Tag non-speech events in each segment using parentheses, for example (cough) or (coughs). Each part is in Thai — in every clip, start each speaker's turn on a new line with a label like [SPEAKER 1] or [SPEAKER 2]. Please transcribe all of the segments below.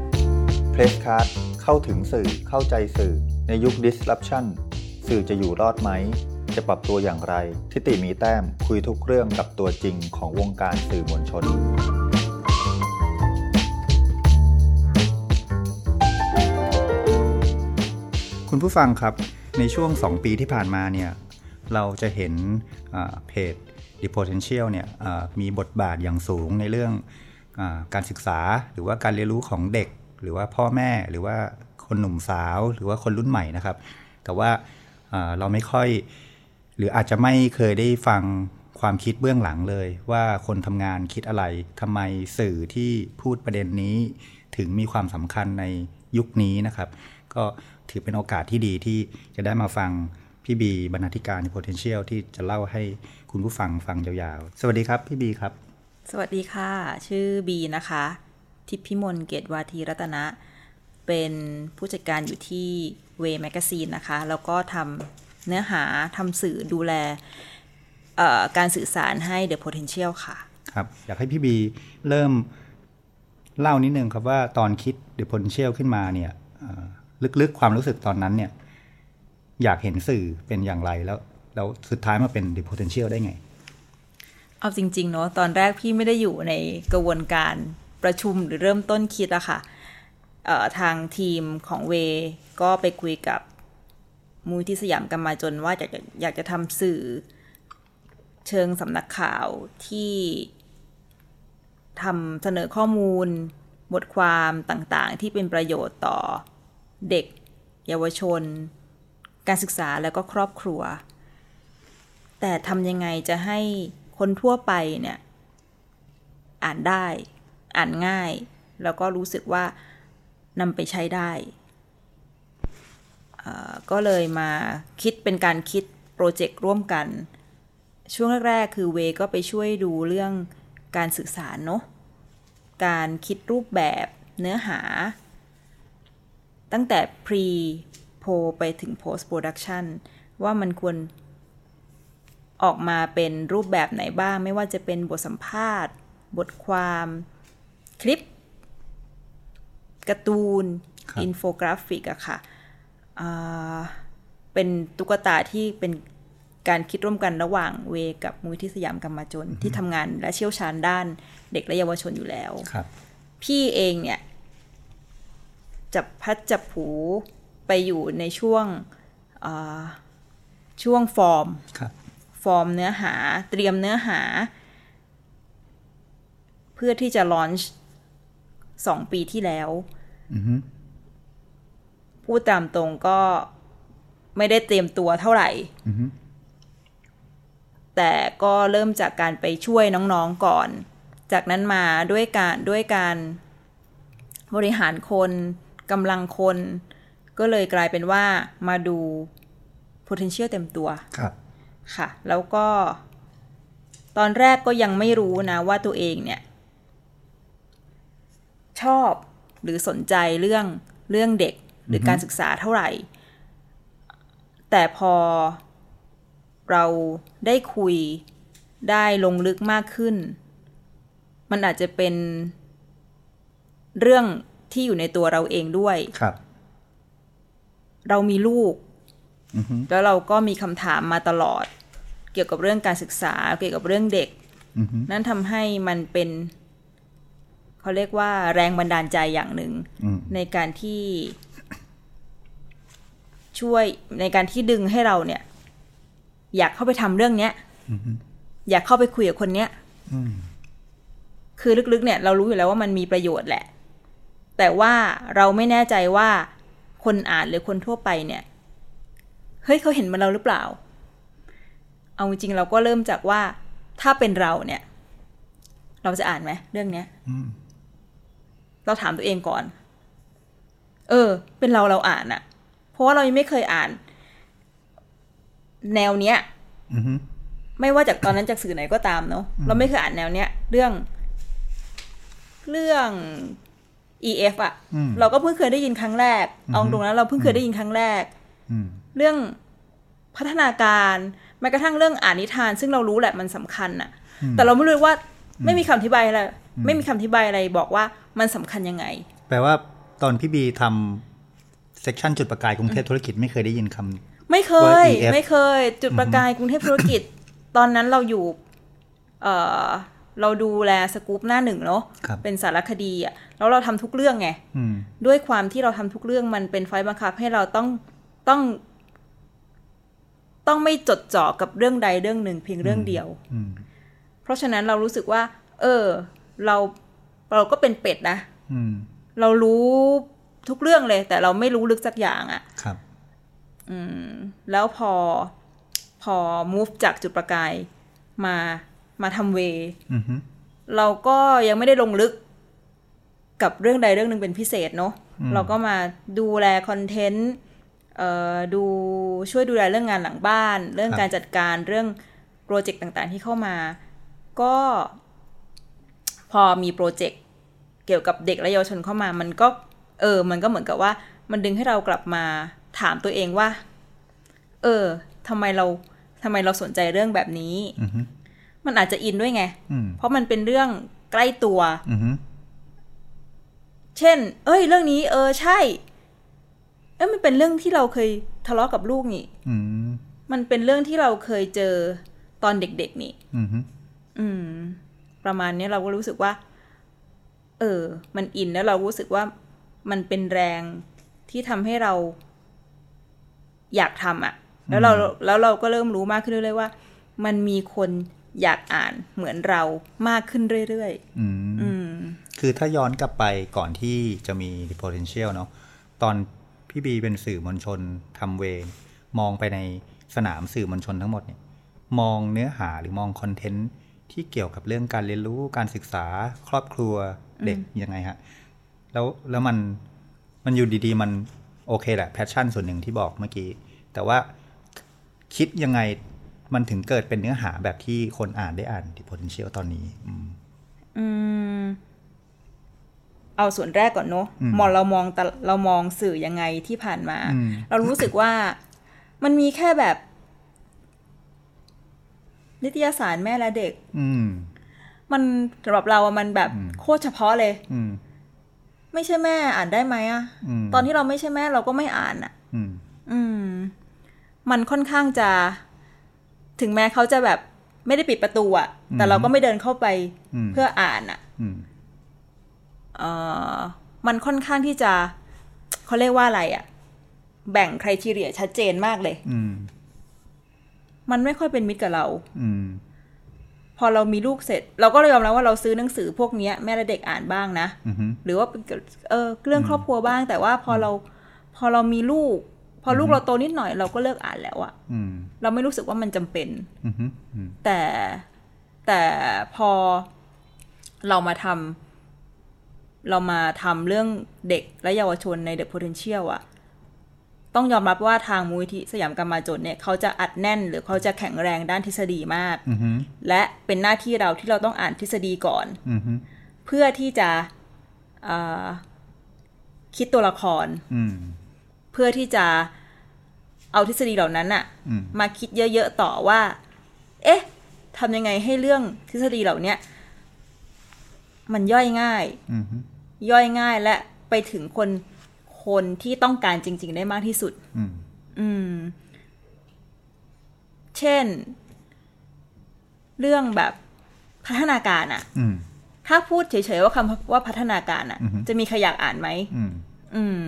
[SPEAKER 1] s สค a r d เข้าถึงสื่อเข้าใจสื่อ ในยุค disruption สื่อจะอยู่รอดไหม จะปรับตัวอย่างไร ทิติมีแต้มคุยทุกเรื่องกับตัวจริงของวงการสื่อมวลชน คุณผู้ฟังครับในช่วง 2 ปีที่ผ่านมาเนี่ยเราจะเห็นอ่าเพจ The Potential เนี่ยอ่ามีบทบาทอย่างสูงในเรื่องอาการศึกษาหรือว่าการเรียนรู้ของเด็ก หรือว่าพ่อแม่หรือว่าคนหนุ่มสาวหรือว่าคนรุ่นใหม่นะครับ แต่ว่าอ่าเราไม่ค่อย หรืออาจจะไม่เคยได้ฟังความคิดเบื้องหลังเลย ว่าคนทำงานคิดอะไรทำไมสื่อที่พูดประเด็นนี้ ถึงมีความสำคัญในยุคนี้นะครับ ก็ถือเป็นโอกาสที่ดีที่จะได้มาฟังพี่บีบรรณาธิการ potential ที่จะเล่าให้คุณผู้ฟังฟังยาวๆ สวัสดีครับพี่บีครับ
[SPEAKER 2] สวัสดีค่ะ ชื่อบีนะคะ ทิพย์พิมลเกตวาทีรัตนะ เป็นผู้จัดการอยู่ที่เวแมกซีนนะคะ แล้วก็ทำเนื้อหาทำสื่อดูแลเอ่อการสื่อสารให้ The Potential ค่ะ
[SPEAKER 1] ครับ อยากให้พี่บีเริ่มเล่านิดนึงครับว่าตอนคิด The potential ขึ้นมาเนี่ยเอ่อลึกๆความรู้สึกตอนนั้นเนี่ย อยากเห็นสื่อเป็นอย่างไรแล้ว แล้วสุดท้ายมาเป็น The potential ได้ไง
[SPEAKER 2] เอาจริงๆเนาะตอนแรกพี่ไม่ได้อยู่ในกระบวนการประชุมหรือเริ่มต้นคิดอะค่ะเอ่อทางทีมของเวก็ไปคุยกับมูลที่สยามกันมาจนว่าอยากจะอยากจะทำสื่อเชิงสำนักข่าวที่ทำเสนอข้อมูล บทความต่างๆ ที่เป็นประโยชน์ต่อเด็ก เยาวชน การศึกษาแล้วก็ครอบครัว แต่ทำยังไงจะให้คนทั่วไปเนี่ย อ่านได้ อ่านง่าย แล้วก็รู้สึกว่านำไปใช้ได้เอ่อก็เลยมาคิดเป็นการคิดโปรเจกต์ร่วมกัน ช่วงแรก ๆ คือเวก็ไปช่วยดูเรื่องการสื่อสารเนาะการคิดรูปแบบเนื้อหา ตั้งแต่ pre po ไปถึง post production ว่ามันควร ออกมาเป็นรูปแบบไหนบ้าง ไม่ว่าจะเป็นบทสัมภาษณ์ บทความคลิปการ์ตูน
[SPEAKER 1] ครับ
[SPEAKER 2] อินโฟกราฟิกอะค่ะอ่าเป็นตุ๊กตาที่เป็นการคิดร่วมกันระหว่างเวกับมูลที่สยามกรรมาจนที่ทำงานและเชี่ยวชาญด้านเด็กและเยาวชนอยู่แล้ว
[SPEAKER 1] ครับ
[SPEAKER 2] พี่เองเนี่ย จับพลัดจับผลูไปอยู่ในช่วงอ่าช่วงฟอร์ม
[SPEAKER 1] ครับ
[SPEAKER 2] ฟอร์มเนื้อหาเตรียมเนื้อหา เพื่อที่จะลอนช์สองปีที่แล้วพูดตามตรงก็ไม่ได้เตรียมตัวเท่าไหร่ แต่ก็เริ่มจากการไปช่วยน้องๆก่อน จากนั้นมาด้วยการด้วยการบริหารคนกำลังคน ก็เลยกลายเป็นว่ามาดู potential เต็มตัว
[SPEAKER 1] ครับ
[SPEAKER 2] ค่ะ แล้วก็ตอนแรกก็ยังไม่รู้นะว่าตัวเองเนี่ย ชอบหรือสนใจเรื่องเรื่องเด็กหรือการศึกษาเท่าไหร่ แต่พอเราได้คุยได้ลงลึกมากขึ้น มันอาจจะเป็นเรื่องที่อยู่ในตัวเราเองด้วย
[SPEAKER 1] ครับ
[SPEAKER 2] เรามีลูก แล้วเราก็มีคำถามมาตลอด เกี่ยวกับเรื่องการศึกษา เกี่ยวกับเรื่องเด็ก
[SPEAKER 1] อือฮึ
[SPEAKER 2] นั่นทำให้มันเป็น เขาเรียกว่าแรงบันดาลใจอย่างหนึ่ง
[SPEAKER 1] อืม
[SPEAKER 2] (coughs) ในการที่ ช่วยในการที่ดึงให้เราเนี่ย อยากเข้าไปทำเรื่องเนี้ยอยากเข้าไปคุยกับคนเนี้ยคือลึกๆ เนี่ย เรารู้อยู่แล้วว่ามันมีประโยชน์แหละ แต่ว่าเราไม่แน่ใจว่าคนอ่านหรือคนทั่วไปเนี่ย เฮ้ยเขาเห็นมันเราหรือเปล่า เอาจริงๆเราก็เริ่มจากว่าถ้าเป็นเราเนี่ย เราจะอ่านไหมเรื่องเนี้ยเราถามตัวเองก่อน เออ เป็นเราเราอ่านอะเพราะว่าเรายังไม่เคยอ่าน แนวเนี้ย
[SPEAKER 1] อือฮึ
[SPEAKER 2] ไม่ว่าจากตอนนั้นจากสื่อไหนก็ตามเนอะเราไม่เคยอ่านแนวเนี้ย เรื่อง เรื่อง EF อะ
[SPEAKER 1] อืม
[SPEAKER 2] เราก็เพิ่งเคยได้ยินครั้งแรกเอาตรงนั้นเราเพิ่งเคยได้ยินครั้งแรก
[SPEAKER 1] อืม
[SPEAKER 2] เรื่องพัฒนาการแม้กระทั่งเรื่องอ่านนิทาน ซึ่งเรารู้แหละมันสำคัญน่ะ แต่เราไม่รู้ว่าไม่มีคำอธิบายอะไรไม่มีคำอธิบายอะไรบอกว่ามันสำคัญยังไง
[SPEAKER 1] แปลว่า ตอนพี่บีทำเซกชันจุดประกายกรุงเทพธุรกิจไม่เคยได้ยินค
[SPEAKER 2] ไม่เค
[SPEAKER 1] ว่าย EF
[SPEAKER 2] ไม่เคย จุดประกายกรุงเทพธุรกิจ ตอนนั้นเราอยู่ เออเราดูแลสกู๊ปหน้าหนึ่งเนาะ
[SPEAKER 1] ครับ
[SPEAKER 2] เป็นสารคดีอ่ะแล้วเราทำทุกเรื่องไง
[SPEAKER 1] ำอืม
[SPEAKER 2] ด้วยความที่เราทำทุกเรื่องมันเป็นไฟล์บังคับให้เราต้องต้อง ต้องไม่จดจ่อกับเรื่องใดเรื่องหนึ่งเพียงเรื่องเดียว
[SPEAKER 1] อืม
[SPEAKER 2] เพราะฉะนั้นเรารู้สึกว่า เออ เราเราก็เป็นเป็ดนะ
[SPEAKER 1] อืม
[SPEAKER 2] เรารู้ทุกเรื่องเลย แต่เราไม่รู้ลึกสักอย่างอะ่ะ
[SPEAKER 1] ครับ
[SPEAKER 2] อืม แล้วพอพอ move จากจุดประกายมามาทำเว
[SPEAKER 1] อือฮึ
[SPEAKER 2] เราก็ยังไม่ได้ลงลึกกับเรื่องใดเรื่องหนึ่งเป็นพิเศษเนอะเราก็มาดูแลคอนเทนต์เอ่อดูช่วยดูแลเรื่องงานหลังบ้าน เรื่องการจัดการเรื่องโปรเจกต์ต่างๆที่เข้ามา ก็พอมีโปรเจกต์เกี่ยวกับเด็กและเยาวชนเข้ามา มันก็เออ มันก็เหมือนกับว่ามันดึงให้เรากลับมาถามตัวเองว่า เออทำไมเราทำไมเราสนใจเรื่องแบบนี้
[SPEAKER 1] อือฮึ
[SPEAKER 2] มันอาจจะอินด้วยไง
[SPEAKER 1] อืม
[SPEAKER 2] เพราะมันเป็นเรื่องใกล้ตัว
[SPEAKER 1] อือฮึ
[SPEAKER 2] เช่น เอ้ย เรื่องนี้ เออ ใช่ เอ้ย มันเป็นเรื่องที่เราเคยทะเลาะกับลูกนี่
[SPEAKER 1] อืม
[SPEAKER 2] มันเป็นเรื่องที่เราเคยเจอตอนเด็ก ๆ นี่
[SPEAKER 1] อือฮึ
[SPEAKER 2] อืม ประมาณเนี้ยเราก็รู้สึกว่า เออ มันอินแล้วเรารู้สึกว่ามันเป็นแรงที่ทำให้เราอยากทำอ่ะ แล้วเราแล้วเราก็เริ่มรู้มากขึ้นเรื่อยๆว่า มันมีคนอยากอ่านเหมือนเรามากขึ้นเรื่อย
[SPEAKER 1] อืม
[SPEAKER 2] ๆอืม
[SPEAKER 1] คือถ้าย้อนกลับไปก่อนที่จะมี The potential เนาะตอนพี่บีเป็นสื่อมวลชนทำเวรมองไปในสนามสื่อมวลชนทั้งหมดเนี่ยมองเนื้อหาหรือมองคอนเทนต์ที่เกี่ยวกับเรื่องการเรียนรู้การศึกษาครอบครัวเด็กยังไงฮะ แล้วแล้วมันมันอยู่ดีๆ มันโอเคแหละแพชชั่นส่วนหนึ่งที่บอกเมื่อกี้ แต่ว่าคิดยังไงมันถึงเกิดเป็นเนื้อหาแบบที่คนอ่านได้อ่าน The potential ตอนนี้ อืม
[SPEAKER 2] อืม เอาส่วนแรกก่อนเนอะ
[SPEAKER 1] อืม
[SPEAKER 2] มองเรามองตะเรามองสื่อยังไงที่ผ่านมา
[SPEAKER 1] อืม
[SPEAKER 2] เรารู้สึกว่ามันมีแค่แบบ นิตยสารแม่และเด็ก
[SPEAKER 1] อืม
[SPEAKER 2] มันสำหรับเราอะมันแบบโคตรเฉพาะเลย
[SPEAKER 1] อืม
[SPEAKER 2] ไม่ใช่แม่อ่านได้ไหมอะ
[SPEAKER 1] อืม
[SPEAKER 2] ตอนที่เราไม่ใช่แม่เราก็ไม่อ่านอะ
[SPEAKER 1] อืม
[SPEAKER 2] อืม มันค่อนข้างจะ ถึงแม้เขาจะแบบไม่ได้ปิดประตูอะแต่เราก็ไม่เดินเข้าไป
[SPEAKER 1] อืม
[SPEAKER 2] เพื่ออ่านอะ
[SPEAKER 1] อืม
[SPEAKER 2] เอ่อมันค่อนข้างที่จะเขาเรียกว่าอะไรอะแบ่งใครทีเรียชัดเจนมากเลย
[SPEAKER 1] อืม
[SPEAKER 2] มันไม่ค่อยเป็นมิตรกับเรา
[SPEAKER 1] อืม
[SPEAKER 2] พอเรามีลูกเสร็จ เราก็ยอมรับว่าเราซื้อหนังสือพวกเนี้ยแม่และเด็กอ่านบ้างนะ
[SPEAKER 1] อืม
[SPEAKER 2] หรือว่าเป็นเกี่ยวเออเรื่องครอบครัวบ้าง แต่ว่าพอเราพอเรามีลูก พอลูกเราโตนิดหน่อยเราก็เลิกอ่านแล้วอะ
[SPEAKER 1] อืม
[SPEAKER 2] เราไม่รู้สึกว่ามันจำเป็น
[SPEAKER 1] อืม อืม
[SPEAKER 2] แต่แต่พอเรามาทำเรามาทำเรื่องเด็กและเยาวชนใน The Potential อะต้องยอมรับว่าทางมูลที่สยามกรรมาจนเนี่ย เขาจะอัดแน่นหรือเขาจะแข็งแรงด้านทฤษฎีมาก
[SPEAKER 1] อืม
[SPEAKER 2] และเป็นหน้าที่เราที่เราต้องอ่านทฤษฎีก่อน
[SPEAKER 1] อืม
[SPEAKER 2] เพื่อที่จะเอ่อคิดตัวละคร
[SPEAKER 1] อืม
[SPEAKER 2] เพื่อที่จะเอาทฤษฎีเหล่านั้นอะ
[SPEAKER 1] อืม
[SPEAKER 2] มาคิดเยอะๆต่อว่า เอ๊ะทำยังไงให้เรื่องทฤษฎีเหล่าเนี้ยมันย่อยง่าย
[SPEAKER 1] อืม
[SPEAKER 2] ย่อยง่ายและไปถึงคนคนที่ต้องการจริง ๆ ได้มากที่สุด
[SPEAKER 1] อืม
[SPEAKER 2] อืม เช่น เรื่องแบบพัฒนาการอะ
[SPEAKER 1] อืม
[SPEAKER 2] ถ้าพูดเฉยๆว่าคำว่าพัฒนาการอะ
[SPEAKER 1] อือฮึ
[SPEAKER 2] จะมีใครอยากอ่านไหม
[SPEAKER 1] อืม
[SPEAKER 2] อืม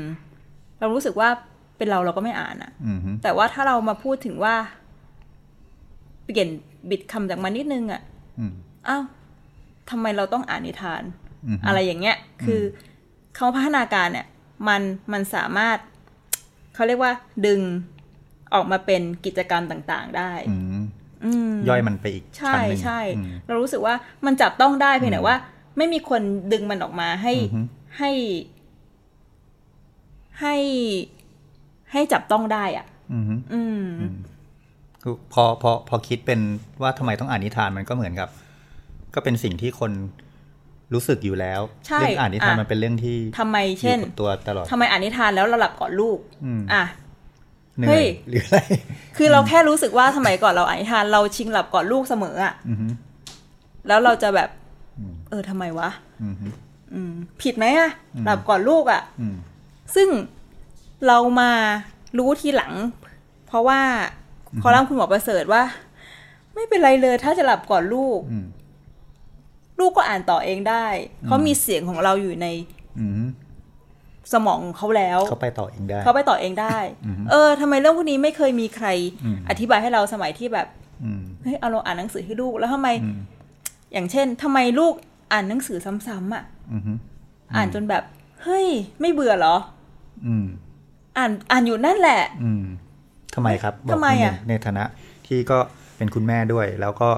[SPEAKER 2] เรารู้สึกว่าเป็นเราเราก็ไม่อ่านอะ
[SPEAKER 1] อืม
[SPEAKER 2] แต่ว่าถ้าเรามาพูดถึงว่า เปลี่ยนบิดคำจากมันนิดนึงอะ่ะ
[SPEAKER 1] อืม
[SPEAKER 2] อ้าวทำไมเราต้องอ่านนิทาน
[SPEAKER 1] อืม
[SPEAKER 2] อะไรอย่างเงี้ย คือคำว่าพัฒนาการเนี่ย มันมันสามารถ เขาเรียกว่า ดึงออกมาเป็นกิจกรรมต่างๆได้
[SPEAKER 1] อืม
[SPEAKER 2] อืม
[SPEAKER 1] ย่อยมันไปอีก
[SPEAKER 2] ใช่
[SPEAKER 1] ชั้นหนึ่ง
[SPEAKER 2] ใช่
[SPEAKER 1] อืม
[SPEAKER 2] เรารู้สึกว่ามันจับต้องได้เพียงแต่ว่า ไม่มีคนดึงมันออกมาให้
[SPEAKER 1] อือฮึ
[SPEAKER 2] ให้ ให้ให้จับต้องได้อ่ะ
[SPEAKER 1] อืม
[SPEAKER 2] อืม
[SPEAKER 1] คือพอพอพอคิดเป็นว่าทำไมต้องอ่านนิทานมันก็เหมือนกับ ก็เป็นสิ่งที่คนรู้สึกอยู่แล้ว
[SPEAKER 2] ใช่
[SPEAKER 1] เรื่องอ่านนิทาน
[SPEAKER 2] อ่ะ
[SPEAKER 1] มันเป็นเรื่องที่
[SPEAKER 2] ทำไม
[SPEAKER 1] อ
[SPEAKER 2] เช่น
[SPEAKER 1] ยู่กับตัวตลอด
[SPEAKER 2] ทำไมอ่านนิทานแล้วเราหลับก่อนลูก
[SPEAKER 1] อืม
[SPEAKER 2] อ่ะ
[SPEAKER 1] เหนื่
[SPEAKER 2] เฮ้
[SPEAKER 1] อย
[SPEAKER 2] ย
[SPEAKER 1] หรืออะไร
[SPEAKER 2] คือเราแค่รู้สึกว่าสมัยก่อนเราอ่านนิทานเราชิงหลับก่อนลูกเสมออะ
[SPEAKER 1] อืม
[SPEAKER 2] แล้วเราจะแบบ
[SPEAKER 1] อืม
[SPEAKER 2] เออทำไมวะ
[SPEAKER 1] อืม
[SPEAKER 2] อืมผิดไหมอะหลับก่อนลูกอะ
[SPEAKER 1] อืม
[SPEAKER 2] ซึ่งเรามารู้ทีหลัง เพราะว่าคอลัมน์คุณหมอประเสริฐว่า ไม่เป็นไรเลยถ้าจะหลับก่อนลูก
[SPEAKER 1] อืม
[SPEAKER 2] ลูกก็อ่านต่อเองได้เขามีเสียงของเราอยู่ใน
[SPEAKER 1] อืม
[SPEAKER 2] สมองของเขาแล้ว
[SPEAKER 1] เขาไปต่อเองได้
[SPEAKER 2] เขาไปต่อเองได้ เออทำไมเรื่องพวกนี้ไม่เคยมีใคร
[SPEAKER 1] อืม
[SPEAKER 2] อธิบายให้เราสมัยที่แบบ
[SPEAKER 1] อืม
[SPEAKER 2] เฮ้ยเอาเราอ่านหนังสือให้ลูกแล้วทำไม
[SPEAKER 1] อืม
[SPEAKER 2] อย่างเช่นทำไมลูกอ่านหนังสือซ้ำๆอ่ะ
[SPEAKER 1] อืม
[SPEAKER 2] อ่านจนแบบเฮ้ย ไม่เบื่อเหรอ
[SPEAKER 1] อืม
[SPEAKER 2] อ่านอ่านอยู่นั่นแหละ
[SPEAKER 1] อืมทำไมครับบก
[SPEAKER 2] ทำไมอะ
[SPEAKER 1] นิดนึงในฐานะที่ก็เป็นคุณแม่ด้วย แล้วก็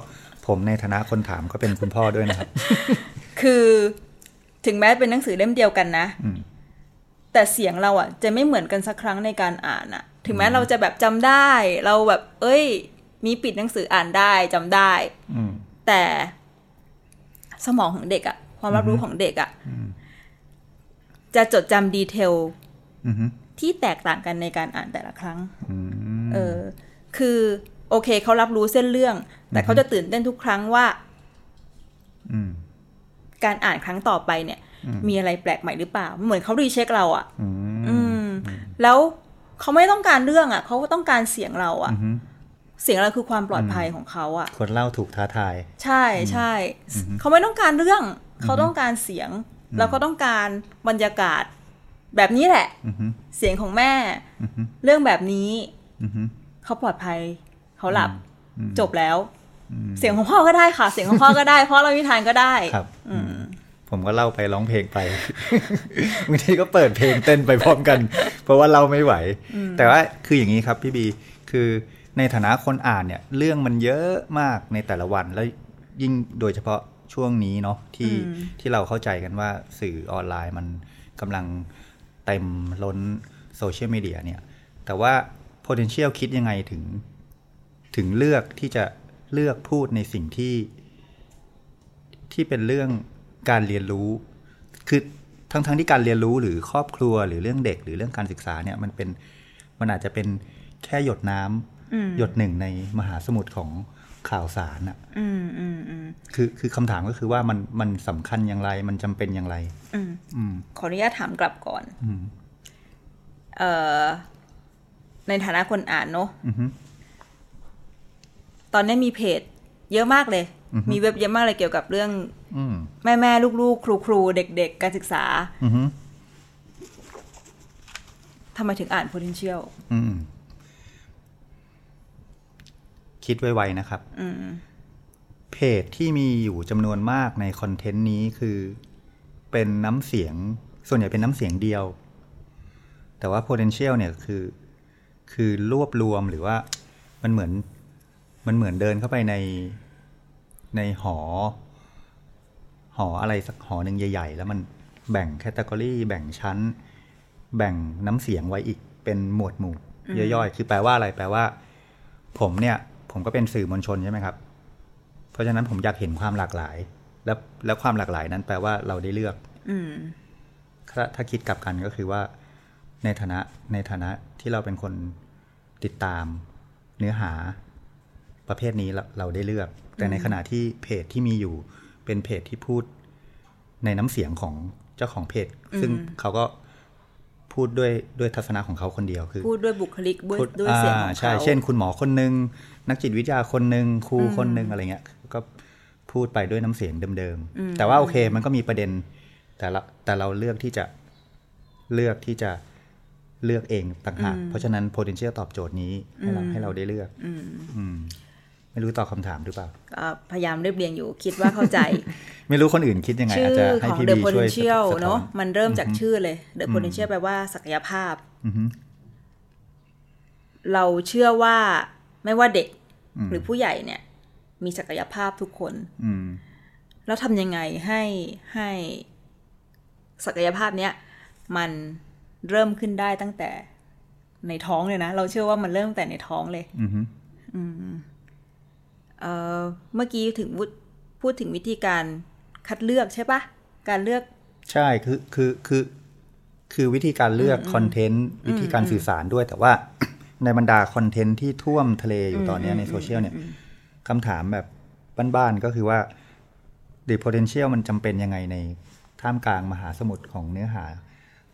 [SPEAKER 1] ผมในฐานะคนถามก็เป็นคุณพ่อด้วยนะครับ
[SPEAKER 2] คือถึงแม้เป็นหนังสือเล่มเดียวกันนะ
[SPEAKER 1] อืม
[SPEAKER 2] แต่เสียงเราอ่ะ จะไม่เหมือนกันสักครั้งในการอ่านอ่ะ ถึงแม้เราจะแบบจำได้ เราแบบ เอ้ย มีปิดหนังสืออ่านได้จำได้
[SPEAKER 1] อืม
[SPEAKER 2] แต่สมองของเด็กอะความรับรู้ของเด็กอะจะจดจำดีเทล
[SPEAKER 1] อืม
[SPEAKER 2] ที่แตกต่างกันในการอ่านแต่ละครั้ง
[SPEAKER 1] อืม
[SPEAKER 2] เออ คือโอเคเขารับรู้เส้นเรื่อง แต่เขาจะตื่นเต้นทุกครั้งว่า
[SPEAKER 1] อืม
[SPEAKER 2] การอ่านครั้งต่อไปเนี่ย มีอะไรแปลกใหม่หรือเปล่ามันเหมือนเขารีเช็คเราอะ
[SPEAKER 1] อืม
[SPEAKER 2] อืม แล้วเขาไม่ต้องการเรื่องอะเขาต้องการเสียงเราอะ
[SPEAKER 1] อืม
[SPEAKER 2] เสียงเราคือความปลอดภัยของเขาอะ
[SPEAKER 1] คนเล่าถูกท้าทาย
[SPEAKER 2] ใช่ใช่เขาไม่ต้องการเรื่อง เขาต้องการเสียง แล้วก็ต้องการบรรยากาศ แบบนี้แหละ
[SPEAKER 1] อืม
[SPEAKER 2] เสียงของแม่
[SPEAKER 1] อืม
[SPEAKER 2] เรื่องแบบนี้
[SPEAKER 1] อืม
[SPEAKER 2] เขาปลอดภัย เขาหลับ
[SPEAKER 1] อืม
[SPEAKER 2] จบแล้ว
[SPEAKER 1] อืม
[SPEAKER 2] เสียงของพ่อก็ได้ค่ะ เสียงของพ่อก็ได้ เพราะเรานิทานก็ได้
[SPEAKER 1] ครับผมก็เล่าไปร้องเพลงไป (laughs) บางทีก็เปิดเพลงเต้นไปพร้อม (laughs) กัน เพราะว่าเราไม่ไหว แต่ว่าคืออย่างนี้ครับพี่บี คือในฐานะคนอ่านเนี่ย เรื่องมันเยอะมากในแต่ละวันแล้วยิ่งโดยเฉพาะช่วงนี้เนาะที่
[SPEAKER 2] อืม
[SPEAKER 1] ที่เราเข้าใจกันว่าสื่อออนไลน์มันกำลังเต็มล้นโซเชียลมีเดียเนี่ย แต่ว่า potential คิดยังไงถึง ถึงเลือกที่จะเลือกพูดในสิ่งที่ ที่เป็นเรื่องการเรียนรู้ คือทั้งๆที่การเรียนรู้หรือครอบครัวหรือเรื่องเด็กหรือเรื่องการศึกษาเนี่ยมันเป็นมันอาจจะเป็นแค่หยดน้ำ
[SPEAKER 2] อืม
[SPEAKER 1] หยดหนึ่งในมหาสมุทรของข่าวสารอะ
[SPEAKER 2] อืมอืมอืม
[SPEAKER 1] คือคือคำถามก็คือว่ามันมันสำคัญอย่างไรมันจำเป็นอย่างไร
[SPEAKER 2] อืม
[SPEAKER 1] อืม
[SPEAKER 2] ขออนุญาตถามกลับก่อน
[SPEAKER 1] อืม
[SPEAKER 2] เอ่อในฐานะคนอ่านเนอะ
[SPEAKER 1] อือฮึ
[SPEAKER 2] ตอนนี้มีเพจ เยอะมากเลย
[SPEAKER 1] อือฮึ
[SPEAKER 2] มีเว็บเยอะมากเลยเกี่ยวกับเรื่อง
[SPEAKER 1] อืม
[SPEAKER 2] แม่แม่ๆลูกๆ ครูครูๆเด็ก ๆ การศึกษา
[SPEAKER 1] อือฮึ
[SPEAKER 2] ทำไมถึงอ่าน potential
[SPEAKER 1] อืม คิดไวๆนะครับ
[SPEAKER 2] อืม
[SPEAKER 1] เพจที่มีอยู่จำนวนมากในคอนเทนต์นี้คือเป็นน้ำเสียง ส่วนใหญ่เป็นน้ำเสียงเดียว แต่ว่า potential เนี่ยคือ คือรวบรวมหรือว่ามันเหมือน มันเหมือนเดินเข้าไปในในหอ หออะไรสักหอหนึ่งใหญ่ ๆ แล้วมันแบ่งแคตตากรีแบ่งชั้น แบ่งน้ำเสียงไว้อีกเป็นหมวดหมู่ย่อยๆ คือแปลว่าอะไร แปลว่า ผมเนี่ย ผมก็เป็นสื่อมวลชนใช่ไหมครับ เพราะฉะนั้นผมอยากเห็นความหลากหลาย แล้วแล้วความหลากหลายนั้นแปลว่าเราได้เลือก
[SPEAKER 2] อืม
[SPEAKER 1] ถ้าถ้าคิดกลับกันก็คือว่าในฐานะในฐานะที่เราเป็นคนติดตามเนื้อหาประเภทนี้เราเราได้เลือก แต่ในขณะที่เพจที่มีอยู่เป็นเพจที่พูดในน้ำเสียงของเจ้าของเพจ ซึ่งเขาก็พูดด้วยด้วยทัศนะของเขาคนเดียวคือ
[SPEAKER 2] พูดด้วยบุคลิกด้วย
[SPEAKER 1] พูด
[SPEAKER 2] ด้วยเสียงของ
[SPEAKER 1] ใช่
[SPEAKER 2] เขา
[SPEAKER 1] เช่น คุณหมอคนหนึ่งนักจิตวิทยาคนหนึ่งครูคนหนึ่งอะไรเงี้ย ก็พูดไปด้วยน้ำเสียงเดิมๆ แต่ว่าโอเค มันก็มีประเด็น แต่ละแต่เราเลือกที่จะเลือกที่จะเลือกเองต่างหาก เพราะฉะนั้น potential ตอบโจทย์นี้ให้เราให้เราได้เลือก อืม ไม่รู้ตอบคำถามหรือเปล่า
[SPEAKER 2] ก็พยายามเรียบเรียงอยู่คิดว่าเข้าใจ
[SPEAKER 1] ไม่รู้คนอื่นคิดยังไง
[SPEAKER 2] ชื่
[SPEAKER 1] อาจ
[SPEAKER 2] อ
[SPEAKER 1] จะให้
[SPEAKER 2] ของ
[SPEAKER 1] พี่
[SPEAKER 2] The
[SPEAKER 1] บีช่วยสะ
[SPEAKER 2] potential
[SPEAKER 1] สะท้
[SPEAKER 2] เนาะ
[SPEAKER 1] อน
[SPEAKER 2] มันเริ่มจากชื่อเลย The potential แปลว่าศักยภาพ
[SPEAKER 1] อือฮึ
[SPEAKER 2] เราเชื่อว่าไม่ว่าเด็ก
[SPEAKER 1] อืม
[SPEAKER 2] หรือผู้ใหญ่เนี่ย มีศักยภาพทุกคน
[SPEAKER 1] อืม
[SPEAKER 2] แล้วทำยังไงให้ให้ศักยภาพเนี้ยมันเริ่มขึ้นได้ตั้งแต่ในท้องเลยนะ เราเชื่อว่ามันเริ่มตั้งแต่ในท้องเลย
[SPEAKER 1] อือฮึ
[SPEAKER 2] เอ่อเมื่อกี้ถึงวุฒพูดถึงวิธีการคัดเลือกใช่ปะการเลือก
[SPEAKER 1] ใช่คือคือคือ คือวิธีการเลือกคอนเทนต์วิธีการสื่อสารด้วย แต่ว่า (coughs) ในบรรดาคอนเทนต์ที่ท่วมทะเลอยู่ตอนเนี้ยในโซเชียลเนี่ยคำถามแบบบ้านๆก็คือว่า the potential มันจำเป็นยังไงใน ท่ามกลางมหาสมุทรของเนื้อหา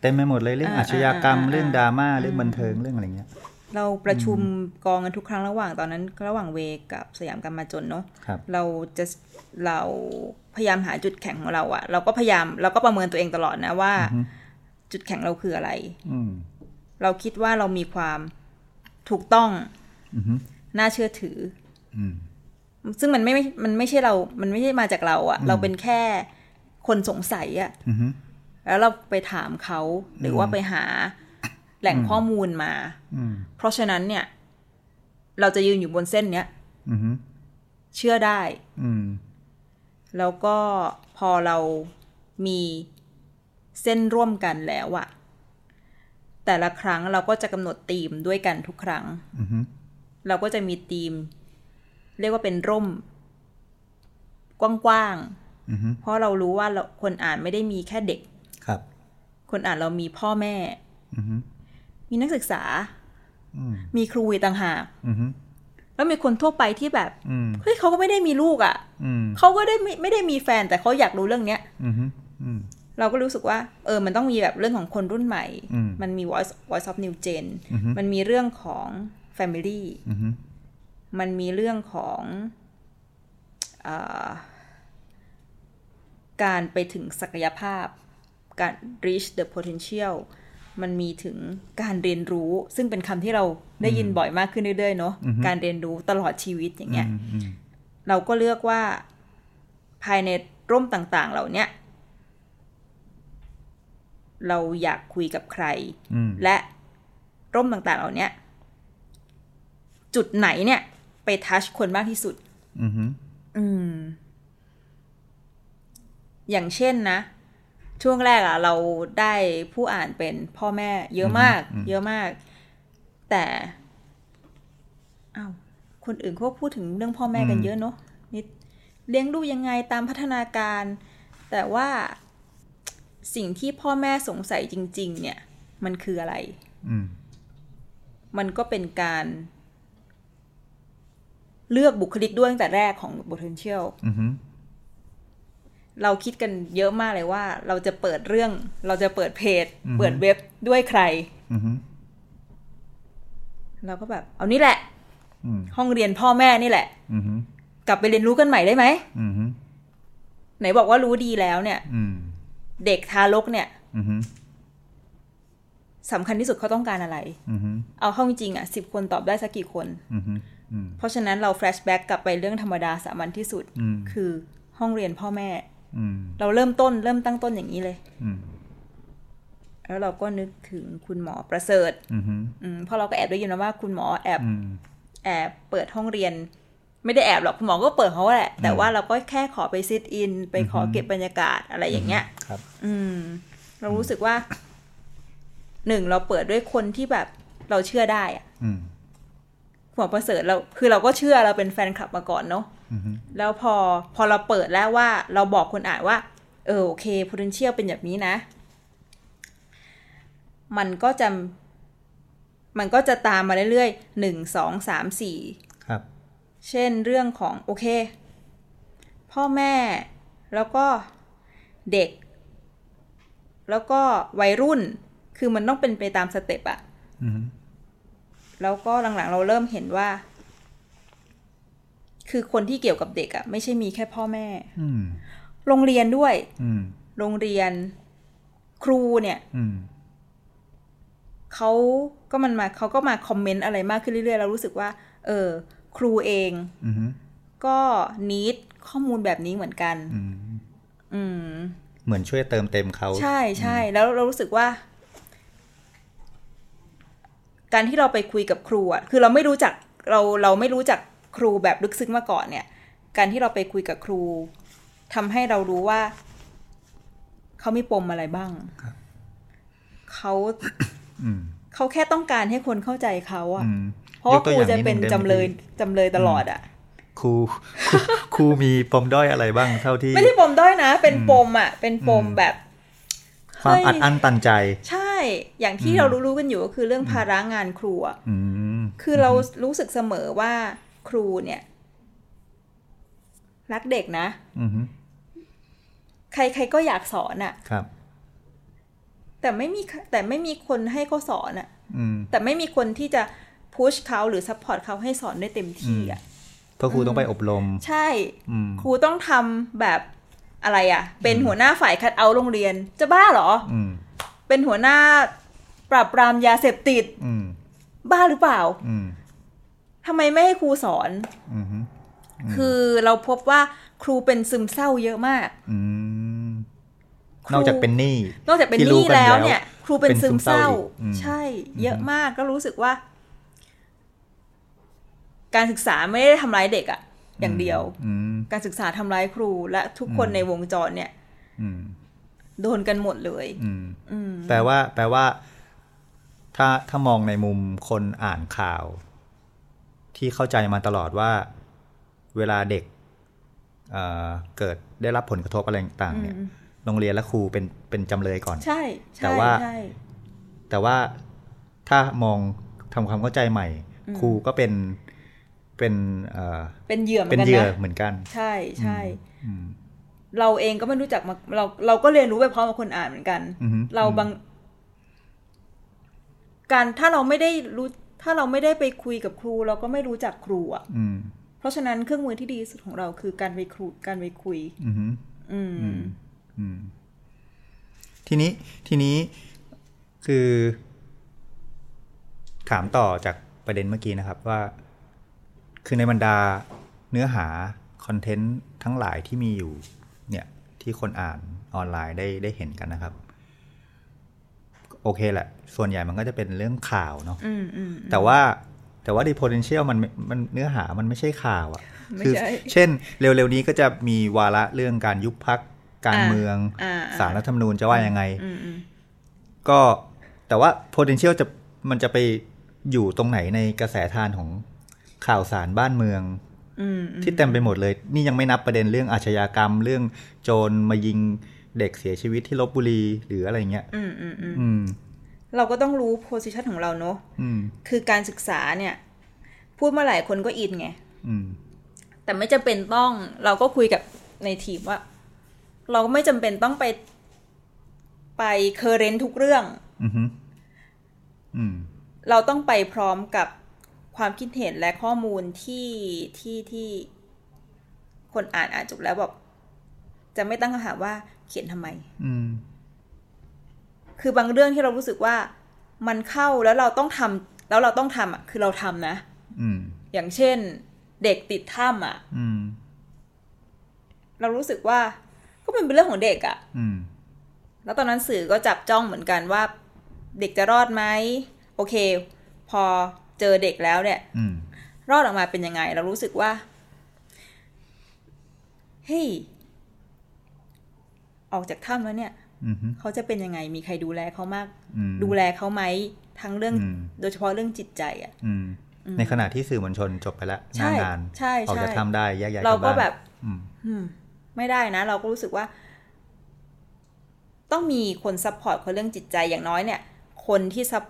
[SPEAKER 1] เต็ไมไปหมดเลยเรื่องอา
[SPEAKER 2] อ่า
[SPEAKER 1] ชญากรรม
[SPEAKER 2] อ่าอ่า
[SPEAKER 1] เรื่องดราม่า
[SPEAKER 2] อืม
[SPEAKER 1] เรื่องบันเทิงเรื่องอะไรเงี้ย
[SPEAKER 2] เราประชุมกองกันทุกครั้งระหว่างตอนนั้นระหว่างเวกับสยามกรรมาจนเนาะ
[SPEAKER 1] ครับ
[SPEAKER 2] เราจะเราพยายามหาจุดแข็งของเราอะเราก็พยายามเราก็ประเมินตัวเองตลอดนะว่า
[SPEAKER 1] อือฮึ
[SPEAKER 2] จุดแข็งเราคืออะไร
[SPEAKER 1] อืม
[SPEAKER 2] เราคิดว่าเรามีความถูกต้อง
[SPEAKER 1] อือฮึ
[SPEAKER 2] น่าเชื่อถือ
[SPEAKER 1] อืม
[SPEAKER 2] ซึ่งมันไม่มันไม่ใช่เรา มันไม่ใช่มาจากเราอะ
[SPEAKER 1] อืม
[SPEAKER 2] เราเป็นแค่คนสงสัยอะ
[SPEAKER 1] อือฮึ
[SPEAKER 2] แล้วเราไปถามเขาหรือว่า
[SPEAKER 1] อืม
[SPEAKER 2] ไปหาแหล่งข้อมูลมา
[SPEAKER 1] อืม
[SPEAKER 2] เพราะฉะนั้นเนี่ย เราจะยืนอยู่บนเส้นเนี้ย
[SPEAKER 1] อือฮึ
[SPEAKER 2] เชื่อได้
[SPEAKER 1] อืม
[SPEAKER 2] แล้วก็พอเรามีเส้นร่วมกันแล้วอะแต่ละครั้งเราก็จะกำหนดธีมด้วยกันทุกครั้ง
[SPEAKER 1] อือฮึ
[SPEAKER 2] เราก็จะมีธีม เรียกว่าเป็นร่ม กว้าง
[SPEAKER 1] อือฮึ
[SPEAKER 2] ๆ เพราะเรารู้ว่าเราคนอ่านไม่ได้มีแค่เด็ก
[SPEAKER 1] ครับ
[SPEAKER 2] คนอ่านเรามีพ่อแม่
[SPEAKER 1] อือฮึ
[SPEAKER 2] มีนักศึกษา
[SPEAKER 1] อืม
[SPEAKER 2] มีครูอีกต่างหาก
[SPEAKER 1] อือฮึ
[SPEAKER 2] แล้วมีคนทั่วไปที่แบบ
[SPEAKER 1] อืม
[SPEAKER 2] เฮ้ยเขาก็ไม่ได้มีลูกอะ่ะ
[SPEAKER 1] อืม
[SPEAKER 2] เขาก็ได้ไม่ไม่ได้มีแฟนแต่เขาอยากรู้เรื่องเนี้ย
[SPEAKER 1] อือฮึอืม
[SPEAKER 2] เราก็รู้สึกว่า เออ มันต้องมีแบบเรื่องของคนรุ่นใหม่
[SPEAKER 1] อืม
[SPEAKER 2] มันมี voice voice of new gen
[SPEAKER 1] อือฮึ
[SPEAKER 2] มันมีเรื่องของ family
[SPEAKER 1] อือฮึ
[SPEAKER 2] มันมีเรื่องของเออการไปถึงศักยภาพ การ reach the potential มันมีถึงการเรียนรู้ ซึ่งเป็นคำที่เราได้ยินบ่อยมากขึ้นเรื่อยๆเนาะ การเรียนรู้ตลอดชีวิตอย่างเงี้ย
[SPEAKER 1] อืมอืม
[SPEAKER 2] เราก็เลือกว่าภายในร่มต่างๆ เหล่าเนี้ยเราอยากคุยกับใคร
[SPEAKER 1] อืม
[SPEAKER 2] และร่มต่างๆ เหล่าเนี้ยจุดไหนเนี่ย ไปทัชคนมากที่สุด
[SPEAKER 1] อือฮึ
[SPEAKER 2] อืม อย่างเช่นนะ ช่วงแรกอะเราได้ผู้อ่านเป็นพ่อแม่ เยอะมาก เยอะมาก แต่อ้าวคนอื่นเขาก็พูดถึงเรื่องพ่อแม่กันเยอะเนอะนิดเลี้ยงลูกยังไงตามพัฒนาการ แต่ว่าสิ่งที่พ่อแม่สงสัยจริง ๆ เนี่ย มันคืออะไร
[SPEAKER 1] อืม
[SPEAKER 2] มันก็เป็นการ เลือกบุคลิกด้วยตั้งแต่แรกของ potential
[SPEAKER 1] อือฮึ
[SPEAKER 2] เราคิดกันเยอะมากเลยว่า เราจะเปิดเรื่อง เราจะเปิดเพจ เปิดเว็บด้วยใคร
[SPEAKER 1] อือฮึ
[SPEAKER 2] เราก็แบบ เอานี่แหละ
[SPEAKER 1] อืม
[SPEAKER 2] ห้องเรียนพ่อแม่นี่แหละ
[SPEAKER 1] อือฮึ
[SPEAKER 2] กลับไปเรียนรู้กันใหม่ได้ไหม
[SPEAKER 1] อือฮึ
[SPEAKER 2] ไหนบอกว่ารู้ดีแล้วเนี่ย
[SPEAKER 1] อืม
[SPEAKER 2] เด็กทารกเนี่ย
[SPEAKER 1] อือฮึ
[SPEAKER 2] สำคัญที่สุดเขาต้องการอะไร
[SPEAKER 1] อือฮึ
[SPEAKER 2] เอาเข้าจริงๆอ่ะสิบคนตอบได้สักกี่คน
[SPEAKER 1] อือฮึอืม
[SPEAKER 2] เพราะฉะนั้นเราแฟลชแบ็กกลับไปเรื่องธรรมดาสามัญที่สุด
[SPEAKER 1] อืม
[SPEAKER 2] คือห้องเรียนพ่อแม่
[SPEAKER 1] อืม
[SPEAKER 2] เราเริ่มต้นเริ่มตั้งต้นอย่างนี้เลย
[SPEAKER 1] อืม
[SPEAKER 2] แล้วเราก็นึกถึงคุณหมอประเสริฐ
[SPEAKER 1] อือฮึ
[SPEAKER 2] อืมเพราะเราก็แอบได้ยินมาว่าคุณหมอแอบ
[SPEAKER 1] อืม
[SPEAKER 2] แอบเปิดห้องเรียน ไม่ได้แอบหรอกคุณหมอก็เปิดเขาแหละ แต่
[SPEAKER 1] อืม
[SPEAKER 2] ว่าเราก็แค่ขอไปซิดอิน ไปขอ
[SPEAKER 1] อฮึ
[SPEAKER 2] เก็บบรรยากาศอะไรอย่างเงี้ย
[SPEAKER 1] ครับ
[SPEAKER 2] อืม เรารู้สึกว่าหนึ่งเราเปิดด้วยคนที่แบบเราเชื่อได้อะ
[SPEAKER 1] อืม
[SPEAKER 2] คุณหมอประเสริฐเราคือเราก็เชื่อเราเป็นแฟนคลับมาก่อนเนาะ
[SPEAKER 1] อือฮึ
[SPEAKER 2] แล้วพอพอเราเปิดแล้วว่า เราบอกคนอ่านว่า เออโอเค potential เป็นแบบนี้นะ มันก็จะ มันก็จะตามมาเรื่อยๆหนึ่งสองสามสี่
[SPEAKER 1] ครับ
[SPEAKER 2] เช่นเรื่องของโอเค พ่อแม่ แล้วก็เด็ก แล้วก็วัยรุ่นคือมันต้องเป็นไปตามสเต็ปอะ
[SPEAKER 1] อือฮึ
[SPEAKER 2] แล้วก็หลังๆ เราเริ่มเห็นว่า คือคนที่เกี่ยวกับเด็กอะไม่ใช่มีแค่พ่อแม่
[SPEAKER 1] อืม
[SPEAKER 2] โรงเรียนด้วย
[SPEAKER 1] อืม
[SPEAKER 2] โรงเรียน ครูเนี่ย
[SPEAKER 1] อืม
[SPEAKER 2] เขาก็มันมาเขาก็มาคอมเมนต์อะไรมากขึ้นเรื่อยๆเรารู้สึกว่า เออ ครูเอง
[SPEAKER 1] อือฮึ
[SPEAKER 2] ก็นิดข้อมูลแบบนี้เหมือนกัน
[SPEAKER 1] อืม
[SPEAKER 2] อืม
[SPEAKER 1] เหมือนช่วยเติมเต็มเขา
[SPEAKER 2] ใช่ใช่แล้วเรารู้สึกว่า การที่เราไปคุยกับครูอ่ะคือเราไม่รู้จักเราเราไม่รู้จักครูแบบลึกซึ้งมาก่อนเนี่ย การที่เราไปคุยกับครูทำให้เรารู้ว่า เขามีปมอะไรบ้าง
[SPEAKER 1] ครับ
[SPEAKER 2] เขา
[SPEAKER 1] อืม
[SPEAKER 2] เขาแค่ต้องการให้คนเข้าใจเขาอ่ะ
[SPEAKER 1] อืม
[SPEAKER 2] เพราะว่าย
[SPEAKER 1] ก
[SPEAKER 2] ค
[SPEAKER 1] ตัว
[SPEAKER 2] รู
[SPEAKER 1] อย่ง
[SPEAKER 2] จะ
[SPEAKER 1] ด
[SPEAKER 2] เป็น
[SPEAKER 1] งได้ไหม
[SPEAKER 2] จำเลยจำเลยตลอดอ่ะ
[SPEAKER 1] ครูครูครูมีปมด้อยอะไรบ้างเท่าที่
[SPEAKER 2] ไม่ได้ปมด้อยนะ เป็นปมอ่ะ เป็นปม
[SPEAKER 1] อืม
[SPEAKER 2] แบบ
[SPEAKER 1] ความ
[SPEAKER 2] เฮ้ย
[SPEAKER 1] อัดอั้นตันใจ
[SPEAKER 2] ใช่ อย่างที่เรารู้ๆกันอยู่ก็คือเรื่องภาระงานครูอะ
[SPEAKER 1] อืม
[SPEAKER 2] คือเรารู้สึกเสมอว่าครูเนี่ย รักเด็กนะ
[SPEAKER 1] อือฮึ
[SPEAKER 2] ใครใครก็อยากสอนอะ
[SPEAKER 1] ครับ
[SPEAKER 2] แต่ไม่มีแต่ไม่มีคนให้เขาสอนอะ
[SPEAKER 1] อืม
[SPEAKER 2] แต่ไม่มีคนที่จะพุชเขาหรือซัพพอร์ตเขาให้สอนได้เต็มที่อะ
[SPEAKER 1] เพราะครูต้องไปอบรม
[SPEAKER 2] ใช่
[SPEAKER 1] อืม
[SPEAKER 2] ครูต้องทำแบบอะไรอะเป็นหัวหน้าฝ่ายคัดเอาท์โรงเรียนจะบ้าเหรอ
[SPEAKER 1] อืม
[SPEAKER 2] เป็นหัวหน้าปราบปรามยาเสพติด
[SPEAKER 1] อืม
[SPEAKER 2] บ้าหรือเปล่า
[SPEAKER 1] อืม
[SPEAKER 2] ทำไมไม่ให้ครูสอน
[SPEAKER 1] อืม
[SPEAKER 2] คือเราพบว่าครูเป็นซึมเศร้าเยอะมาก
[SPEAKER 1] อืม
[SPEAKER 2] ครู
[SPEAKER 1] นอกจากเป็นหนี้
[SPEAKER 2] นอกจากเป็น
[SPEAKER 1] ที่
[SPEAKER 2] ห
[SPEAKER 1] รู้
[SPEAKER 2] นี้
[SPEAKER 1] กัน
[SPEAKER 2] แล้ว
[SPEAKER 1] แล้ว
[SPEAKER 2] เนี่ย ครูเป็น
[SPEAKER 1] เป็นซึ
[SPEAKER 2] ซึ
[SPEAKER 1] ม
[SPEAKER 2] ม
[SPEAKER 1] เศ
[SPEAKER 2] เศ
[SPEAKER 1] ร้า
[SPEAKER 2] ร้า
[SPEAKER 1] อีกอืม
[SPEAKER 2] ใช่ เยอะ
[SPEAKER 1] อือฮึ
[SPEAKER 2] มากก็รู้สึกว่า การศึกษาไม่ได้ทำร้ายเด็กอะอย่างเดียว
[SPEAKER 1] อืม
[SPEAKER 2] การศึกษาทำร้ายครูและทุกคน
[SPEAKER 1] อืม
[SPEAKER 2] ในวงจรเนี่ย
[SPEAKER 1] อืม
[SPEAKER 2] โดนกันหมดเลย
[SPEAKER 1] อืม
[SPEAKER 2] อืม
[SPEAKER 1] แปลว่า แปลว่า ถ้าถ้ามองในมุมคนอ่านข่าว ที่เข้าใจมาตลอดว่า เวลาเด็กเอ่อเกิดได้รับผลกระทบอะไรต่างๆเนี่ย
[SPEAKER 2] อืม
[SPEAKER 1] โรงเรียนและครูเป็นเป็นจำเลยก่อน
[SPEAKER 2] ใช่
[SPEAKER 1] แต่
[SPEAKER 2] ใช่
[SPEAKER 1] ว่า
[SPEAKER 2] ใช่
[SPEAKER 1] แต่ว่าถ้ามองทำความเข้าใจใหม่ ครูก็เป็นเป็นเอ่อ
[SPEAKER 2] เป็นเหยื่อเหมื
[SPEAKER 1] เป็
[SPEAKER 2] อน
[SPEAKER 1] เห
[SPEAKER 2] นกัน
[SPEAKER 1] ยื่อ
[SPEAKER 2] นะ
[SPEAKER 1] เหมือนกัน
[SPEAKER 2] ใช่ใช่
[SPEAKER 1] อืม
[SPEAKER 2] เราเองก็ไม่รู้จักมาเราเราก็เรียนรู้ไปพร้อมกับคนอ่านเหมือนกัน
[SPEAKER 1] อือฮึ
[SPEAKER 2] เราบาง การถ้าเราไม่ได้รู้ ถ้าเราไม่ได้ไปคุยกับครู เราก็ไม่รู้จักครูอ่ะ
[SPEAKER 1] อืม
[SPEAKER 2] เพราะฉะนั้นเครื่องมือที่ดีที่สุดของเราคือการไปครูการไปคุย
[SPEAKER 1] อือฮึ
[SPEAKER 2] อืม
[SPEAKER 1] อืมทีนี้ทีนี้คือ ถามต่อจากประเด็นเมื่อกี้นะครับว่า คือในบรรดาเนื้อหา คอนเทนต์ทั้งหลายที่มีอยู่ เนี่ย ที่คนอ่านออนไลน์ได้ได้เห็นกันนะครับ โอเคแหละ ส่วนใหญ่มันก็จะเป็นเรื่องข่าวเนาะ
[SPEAKER 2] อืมอืม
[SPEAKER 1] แต่ว่าแต่ว่าดี potential มันมันเนื้อหามันไม่ใช่ข่าวอะ่ะ
[SPEAKER 2] ไม่
[SPEAKER 1] คือ
[SPEAKER 2] ใช่
[SPEAKER 1] เช่น เร็วๆนี้ก็จะมีวาระเรื่องการยุบพักการเมือง
[SPEAKER 2] อ่า
[SPEAKER 1] สารรัฐธรรมนูญจะว่ายังไง
[SPEAKER 2] อืมอืม
[SPEAKER 1] ก็แต่ว่า potential จะมันจะไปอยู่ตรงไหนในกระแสทานของข่าวสารบ้านเมือง
[SPEAKER 2] อืมอืม
[SPEAKER 1] ที่เต็มไปหมดเลย นี่ยังไม่นับประเด็นเรื่องอาชญากรรม เรื่องโจรมายิงเด็กเสียชีวิตที่ลบบุรีหรืออะไรเงี้ย
[SPEAKER 2] อืมอืมอืม
[SPEAKER 1] อืม
[SPEAKER 2] เราก็ต้องรู้โพสิชันของเราเนอะ
[SPEAKER 1] อืม
[SPEAKER 2] คือการศึกษาเนี่ย พูดเมื่อไหร่คนก็อินไง
[SPEAKER 1] อืม
[SPEAKER 2] แต่ไม่จำเป็นต้องเราก็คุยกับในทีมว่า เราก็ไม่จำเป็นต้องไป ไปเคอร์เรนทุกเรื่อง
[SPEAKER 1] อืมอืม
[SPEAKER 2] เราต้องไปพร้อมกับความคิดเห็นและข้อมูลที่ที่ที่คนอ่านอ่านจบแล้วบอกจะไม่ตั้งคำถามว่าเขียนทำไม
[SPEAKER 1] อืม
[SPEAKER 2] คือบางเรื่องที่เรารู้สึกว่ามันเข้าแล้วเราต้องทำแล้วเราต้องทำอ่ะคือเราทำนะ
[SPEAKER 1] อืม
[SPEAKER 2] อย่างเช่น เด็กติดถ้ำอ่ะ
[SPEAKER 1] อืม
[SPEAKER 2] เรารู้สึกว่าก็มันเป็นเรื่องของเด็กอ่ะ
[SPEAKER 1] อืม
[SPEAKER 2] แล้วตอนนั้นสื่อก็จับจ้องเหมือนกันว่า เด็กจะรอดไหมโอเค พอเจอเด็กแล้วเนี่ย
[SPEAKER 1] อืม
[SPEAKER 2] รอดออกมาเป็นยังไง เรารู้สึกว่าเฮ้ยออกจากถ้ำแล้วเนี่ย
[SPEAKER 1] อืม
[SPEAKER 2] เขาจะเป็นยังไงมีใครดูแลเขามาก
[SPEAKER 1] อืม
[SPEAKER 2] ดูแลเขาไหมทั้งเรื่อง
[SPEAKER 1] อืม
[SPEAKER 2] โดยเฉพาะเรื่องจิตใจอะ่ะ
[SPEAKER 1] อืม ในขณะที่สื่อมวลชนจบไปแล้วหน้างาน
[SPEAKER 2] ใช่ใช่
[SPEAKER 1] ออกจะทำได้แยกย้าย
[SPEAKER 2] เรา
[SPEAKER 1] ลั
[SPEAKER 2] ก็
[SPEAKER 1] บ้น
[SPEAKER 2] แบบ
[SPEAKER 1] อืม
[SPEAKER 2] อืม ไม่ได้นะ เราก็รู้สึกว่า ต้องมีคนซัพพอร์ตคนเรื่องจิตใจอย่างน้อยเนี่ย คนที่ซัพ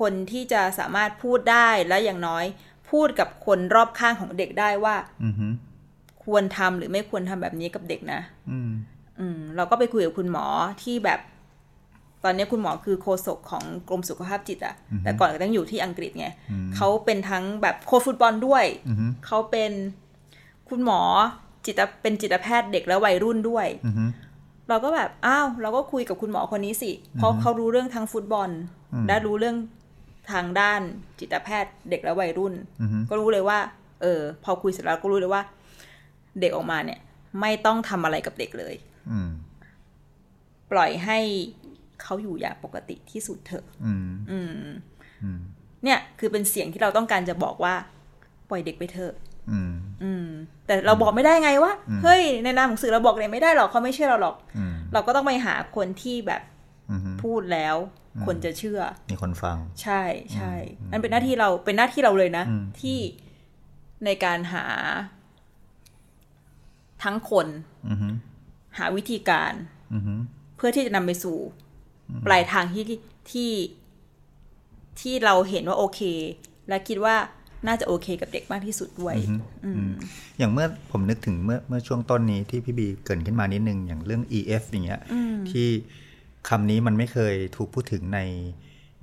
[SPEAKER 2] คนที่จะสามารถพูดได้และอย่างน้อย พูดกับคนรอบข้างของเด็กได้ว่า
[SPEAKER 1] อืม
[SPEAKER 2] ควรทำหรือไม่ควรทำแบบนี้กับเด็กนะ
[SPEAKER 1] อืม
[SPEAKER 2] อืม เราก็ไปคุยกับคุณหมอที่แบบ ตอนนี้คุณหมอคือโฆษกของกรมสุขภาพจิตอะ
[SPEAKER 1] อือฮึ
[SPEAKER 2] แต่ก่อนก็ต้องอยู่ที่อังกฤษไง
[SPEAKER 1] อืม
[SPEAKER 2] เขาเป็นทั้งแบบโค้ชฟุตบอลด้วย
[SPEAKER 1] อืม
[SPEAKER 2] เขาเป็นคุณหมอจิตเป็นจิตแพทย์เด็กและวัยรุ่นด้วย
[SPEAKER 1] อืม
[SPEAKER 2] เราก็แบบอ้าวเราก็คุยกับคุณหมอคนนี้สิ เพราะ
[SPEAKER 1] อือฮึ
[SPEAKER 2] เขารู้เรื่องทั้งฟุตบอล
[SPEAKER 1] อืม
[SPEAKER 2] และรู้เรื่องทางด้านจิตแพทย์เด็กและวัยรุ่น
[SPEAKER 1] อืม
[SPEAKER 2] ก็รู้เลยว่า เออ พอคุยเสร็จแล้วก็รู้เลยว่า เด็กออกมาเนี่ย ไม่ต้องทำอะไรกับเด็กเลย
[SPEAKER 1] อืม
[SPEAKER 2] ปล่อยให้เขาอยู่อย่างปกติที่สุดเถอะ
[SPEAKER 1] อืม
[SPEAKER 2] อืม
[SPEAKER 1] อืม
[SPEAKER 2] เนี่ย คือเป็นเสียงที่เราต้องการจะบอกว่า ปล่อยเด็กไปเถอะ
[SPEAKER 1] อืม
[SPEAKER 2] อืม แต่เราบอกไม่ได้ไงว่า
[SPEAKER 1] อืม
[SPEAKER 2] เฮ้ย ในนามของสื่อเราบอกเลยไม่ได้หรอกเขาไม่เชื่อเราหรอก
[SPEAKER 1] อืม
[SPEAKER 2] เราก็ต้องไปหาคนที่แบบ
[SPEAKER 1] อืม
[SPEAKER 2] พูดแล้ว คนจะเชื่อ
[SPEAKER 1] มีคนฟัง
[SPEAKER 2] ใช่ใช่
[SPEAKER 1] อืม
[SPEAKER 2] นั่นเป็นหน้าที่เราเป็นหน้าที่เราเลยนะ
[SPEAKER 1] อืม
[SPEAKER 2] ที่ในการหา ทั้งคน
[SPEAKER 1] อืม
[SPEAKER 2] หาวิธีการ
[SPEAKER 1] อืม
[SPEAKER 2] เพื่อที่จะนำไปสู่ ปลายทางที่ที่ที่เราเห็นว่าโอเค และคิดว่า น่าจะโอเคกับเด็กมากที่สุดด้วย
[SPEAKER 1] อือฮึ
[SPEAKER 2] อืม
[SPEAKER 1] อย่างเมื่อผมนึกถึงเมื่อเมื่อช่วงต้นนี้ที่พี่บีเกรินขึ้นมานิดนึง อย่างเรื่อง EF อย่างเงี้ย
[SPEAKER 2] อืม
[SPEAKER 1] ที่คำนี้มันไม่เคยถูกพูดถึงใน